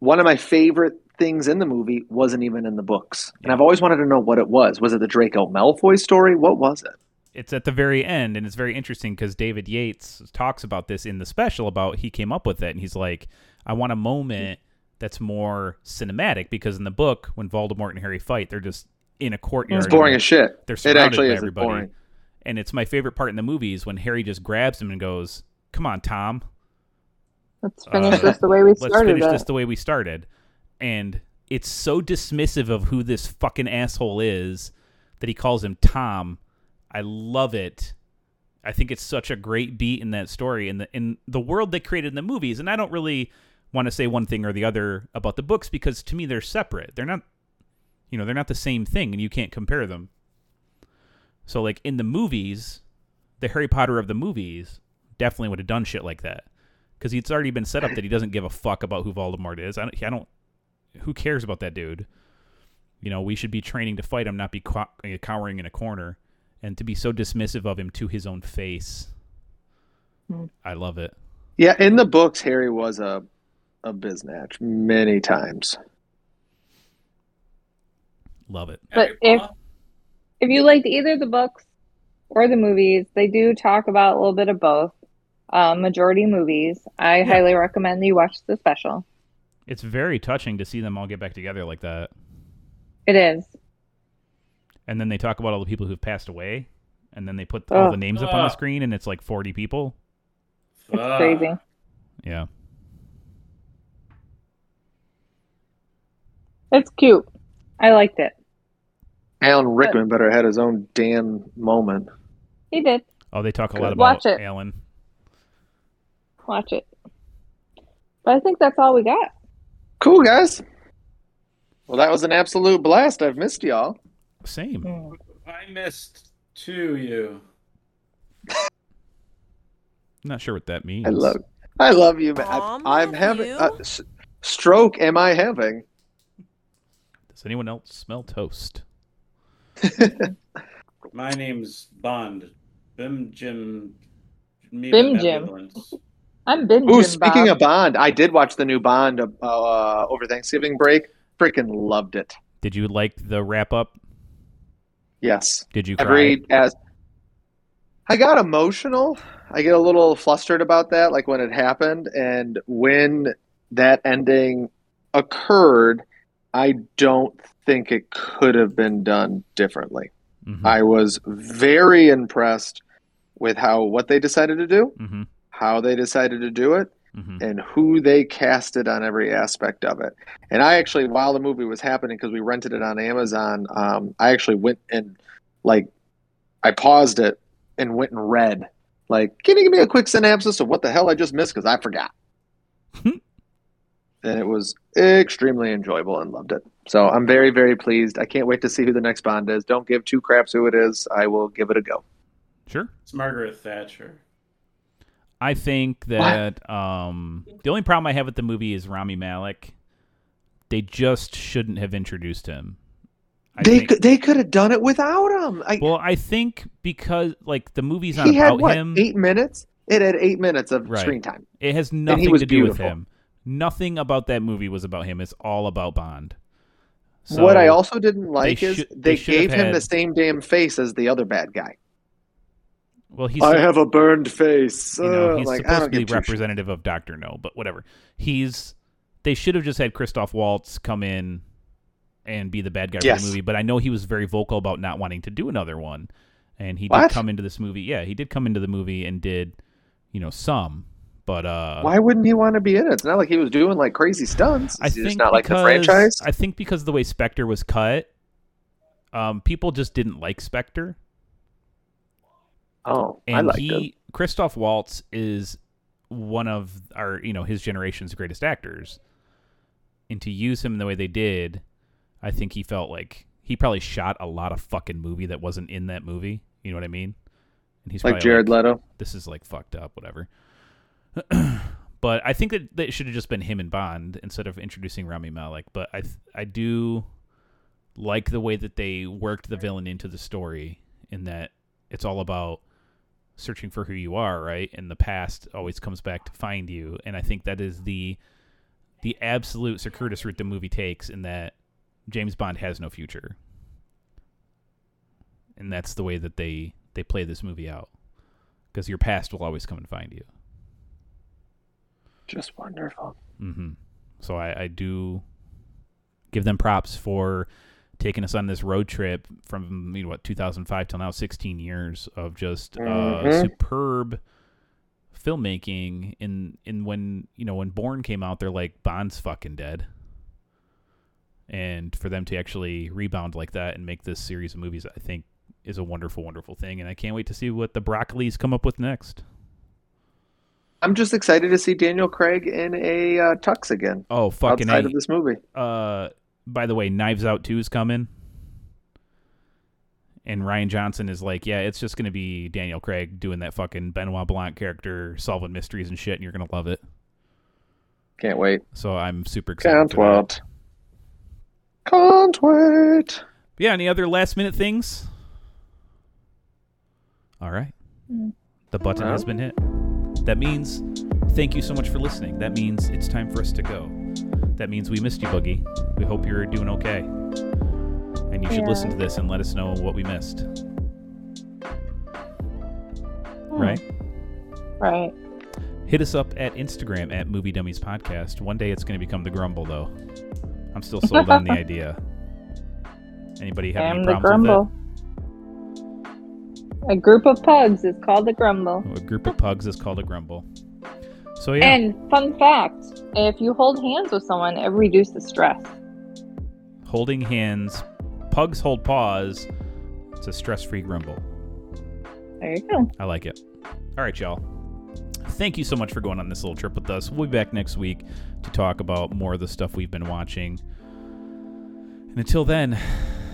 S3: one of my favorite things in the movie wasn't even in the books. And I've always wanted to know what it was. Was it the Draco Malfoy story? What was it?
S2: It's at the very end, and it's very interesting because David Yates talks about this in the special about he came up with it, and he's like, I want a moment that's more cinematic because in the book, when Voldemort and Harry fight, they're just in a courtyard.
S3: It's boring as shit.
S2: They're
S3: It
S2: surrounded
S3: actually
S2: by
S3: is
S2: everybody.
S3: boring.
S2: And it's my favorite part in the movie is when Harry just grabs him and goes, "Come on, Tom,
S5: Let's finish
S2: Uh,
S5: this the way we
S2: let's
S5: started
S2: finish
S5: it.
S2: this the way we started. And it's so dismissive of who this fucking asshole is that he calls him Tom. I love it. I think it's such a great beat in that story and the in the world they created in the movies. And I don't really want to say one thing or the other about the books because to me they're separate. They're not you know, they're not the same thing and you can't compare them. So like in the movies, the Harry Potter of the movies definitely would have done shit like that because it's already been set up that he doesn't give a fuck about who Voldemort is. I don't, I don't. Who cares about that dude? You know, we should be training to fight him, not be cow- uh, cowering in a corner, and to be so dismissive of him to his own face.
S5: Hmm.
S2: I love it.
S3: Yeah, in the books, Harry was a a biznatch many times.
S2: Love it.
S5: But if- If you liked either of the books, or the movies. They do talk about a little bit of both. Uh, majority movies. I highly recommend that you watch the special.
S2: It's very touching to see them all get back together like that.
S5: It is.
S2: And then they talk about all the people who've passed away, and then they put all the
S5: Ugh.
S2: names up on the
S4: Ugh.
S2: screen, and it's like 40 people.
S5: It's
S4: Fuck.
S5: crazy.
S2: Yeah.
S5: It's cute. I liked it.
S3: Alan Rickman better had his own damn moment.
S5: He did.
S2: Oh, they talk a lot
S5: Good.
S2: about
S5: Watch it.
S2: Alan.
S5: Watch it. But I think that's all we got.
S3: Cool, guys. Well, that was an absolute blast. I've missed y'all.
S5: Hmm.
S2: Same.
S4: Ah, I missed to you.
S2: Not sure what that means.
S3: I love, I love you, man.
S8: Aw,
S3: I, I'm having
S8: Matthew.
S3: a s- stroke. Am I having?
S2: Does anyone else smell toast?
S4: My name's Bond. Bim Jim. me
S5: Bim
S4: the
S5: Jim.
S4: Netherlands.
S5: I'm binging.
S3: Ooh, speaking
S5: Bob.
S3: of Bond, I did watch the new Bond uh, over Thanksgiving break. Freaking loved it.
S2: Did you like the wrap up?
S3: Yes,
S2: Did you cry?
S3: every as I got emotional. I get a little flustered about that, like when it happened and when that ending occurred. I don't think it could have been done differently.
S2: Mhm.
S3: I was very impressed with how what they decided to do,
S2: Mhm.
S3: how they decided to do it,
S2: Mhm.
S3: and who they casted on every aspect of it. And I actually, while the movie was happening, because we rented it on Amazon, um, I actually went and like I paused it and went and read. Like, can you give me a quick synopsis of what the hell I just missed? Because I forgot.
S2: Hmm.
S3: and it was extremely enjoyable and loved it. So I'm very, very pleased. I can't wait to see who the next Bond is. Don't give two craps who it is. I will give it a go.
S2: Sure.
S4: It's Margaret Thatcher.
S2: I think that um, the only problem I have with the movie is Rami Malik. They just shouldn't have introduced him. I
S3: they
S2: think,
S3: could, they could have done it without him. I,
S2: well, I think because like the movie's not
S3: he had
S2: about
S3: what
S2: him.
S3: eight minutes. It had eight minutes of
S2: Right.
S3: screen time.
S2: It has nothing
S3: was
S2: to do with
S3: beautiful.
S2: him. Nothing about that movie was about him. It's all about Bond. So,
S3: what I also didn't like is
S2: should-
S3: they,
S2: they should have
S3: gave him the
S2: had-
S3: same damn face as the other bad guy.
S2: well, he's
S3: I have a burned face.
S2: you know,
S3: Uh,
S2: he's
S3: like,
S2: supposed
S3: I
S2: to
S3: don't
S2: be
S3: give two shits.
S2: representative of Doctor No, but whatever. He's they should have just had Christoph Waltz come in and be the bad guy
S3: Yes.
S2: for the movie. But I know he was very vocal about not wanting to do another one, and he
S3: What?
S2: did come into this movie. Yeah, he did come into the movie and did you know some, but uh,
S3: Why wouldn't he want to be in it? It's not like he was doing like crazy stunts.
S2: I
S3: It's
S2: think
S3: just not like the
S2: because-
S3: franchise.
S2: I think because of the way Spectre was cut, um, people just didn't like Spectre.
S3: oh, I
S2: and
S3: liked him.
S2: he Christoph Waltz is one of our you know his generation's greatest actors, and to use him the way they did, I think he felt like he probably shot a lot of fucking movie that wasn't in that movie. You know what I mean? And he's
S3: Like
S2: probably
S3: Jared Leto.
S2: this is like fucked up, whatever. but I think that, that it should have just been him and Bond instead of introducing Rami Malek. But I th- I do like the way that they worked the villain into the story in that it's all about searching for who you are, right? And the past always comes back to find you. And I think that is the the absolute circuitous route the movie takes in that James Bond has no future. And that's the way that they they play this movie out because your past will always come and find you.
S3: Just wonderful.
S2: hmm So I, I do give them props for taking us on this road trip from you know, what 2005 till now, 16 years of just uh,
S3: Mhm.
S2: superb filmmaking. In in when you know when Bourne came out, they're like Bond's fucking dead, and for them to actually rebound like that and make this series of movies, I think is a wonderful, wonderful thing. And I can't wait to see what the Broccoli's come up with next.
S3: I'm just excited to see Daniel Craig in a uh, tux again
S2: Oh fucking
S3: outside
S2: A.
S3: of this movie.
S2: uh by the way, Knives Out 2 is coming. And Ryan Johnson is like, yeah, it's just going to be Daniel Craig doing that fucking Benoit Blanc character, solving mysteries and shit, and you're going to love it.
S3: Can't wait.
S2: So I'm super excited.
S3: Can't
S2: for that.
S3: wait. Can't wait.
S2: Yeah, any other last minute things? All right.
S5: Hmm.
S2: The button has been hit. That means thank you so much for listening. That means it's time for us to go. That means we missed you, Boogie. We hope you're doing okay. And you should
S5: Yeah. Hmm.
S2: listen to this and let us know what we missed. right?
S5: Right.
S2: Hit us up at Instagram at Movie Dummies Podcast. One day it's going to become the Grumble, though. I'm still sold on the idea. Anybody have any
S5: And the
S2: problems
S5: grumble. A group of pugs is called the grumble.
S2: with that? A group of pugs is called a Grumble. So yeah,
S5: And fun fact if you hold hands with someone, it reduces stress.
S2: holding hands, pugs hold paws. It's a stress-free Grumble.
S5: There you go.
S2: I like it. All right, y'all. Thank you so much for going on this little trip with us. We'll be back next week to talk about more of the stuff we've been watching. And until then,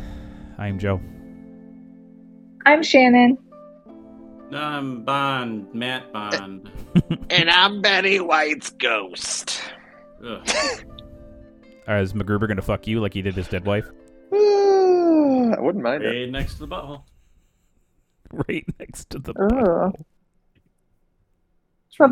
S2: I am Joe.
S5: I'm Shannon.
S4: I'm Bond, Matt Bond.
S6: And I'm Betty White's ghost.
S4: Ugh.
S2: Uh, is MacGruber going to fuck you like he did his dead wife?
S3: I wouldn't mind it.
S4: Right next to the butthole.
S2: Right next to the.
S5: Ooh.